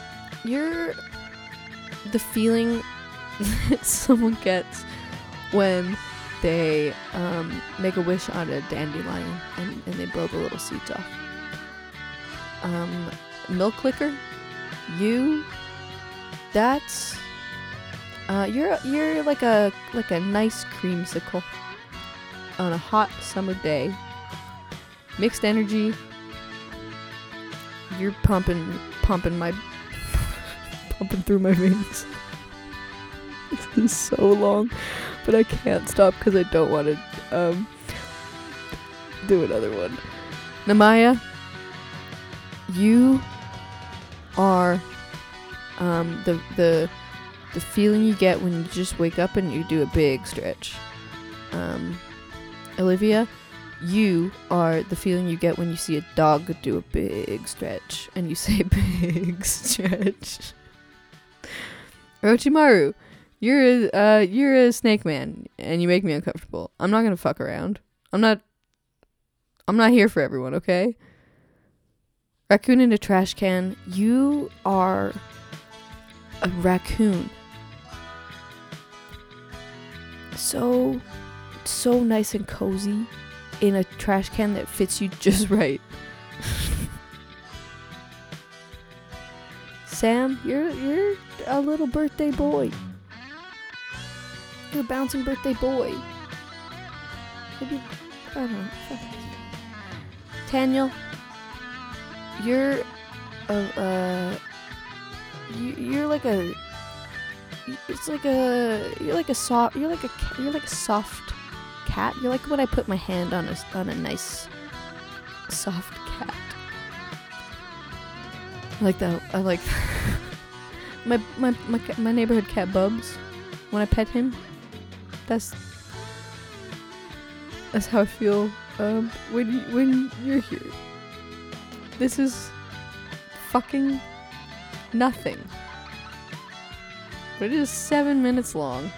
C: you're the feeling <laughs> that someone gets when they um, make a wish on a dandelion and, and they blow the little seeds off. Um, milk liquor, you, that's. Uh, you're you're like a like a nice creamsicle on a hot summer day. Mixed energy. You're pumping pumping my <laughs> pumping through my veins. <laughs> this is so long, but I can't stop because I don't want to um, do another one. Namaya, you are um, the the the feeling you get when you just wake up and you do a big stretch. Um, Olivia, you are the feeling you get when you see a dog do a big stretch and you <laughs> say big stretch. Orochimaru, you're a uh, you're a snake man and you make me uncomfortable. I'm not gonna fuck around. I'm not. I'm not here for everyone, okay? Raccoon in a trash can. You are a raccoon. So, so nice and cozy in a trash can that fits you <laughs> just right. Sam, you're you're a little birthday boy. You're a bouncing birthday boy. Maybe I don't know. fuck it. Daniel, you're a. Uh, you, you're like a it's like a you're like a soft you're like a ca- you're like a soft cat you're like when i put my hand on a s- on a nice soft cat I like that i like <laughs> my, my my ca- my neighborhood cat bubs when i pet him that's that's how i feel um when you, when you're here this is fucking nothing. But it is seven minutes long.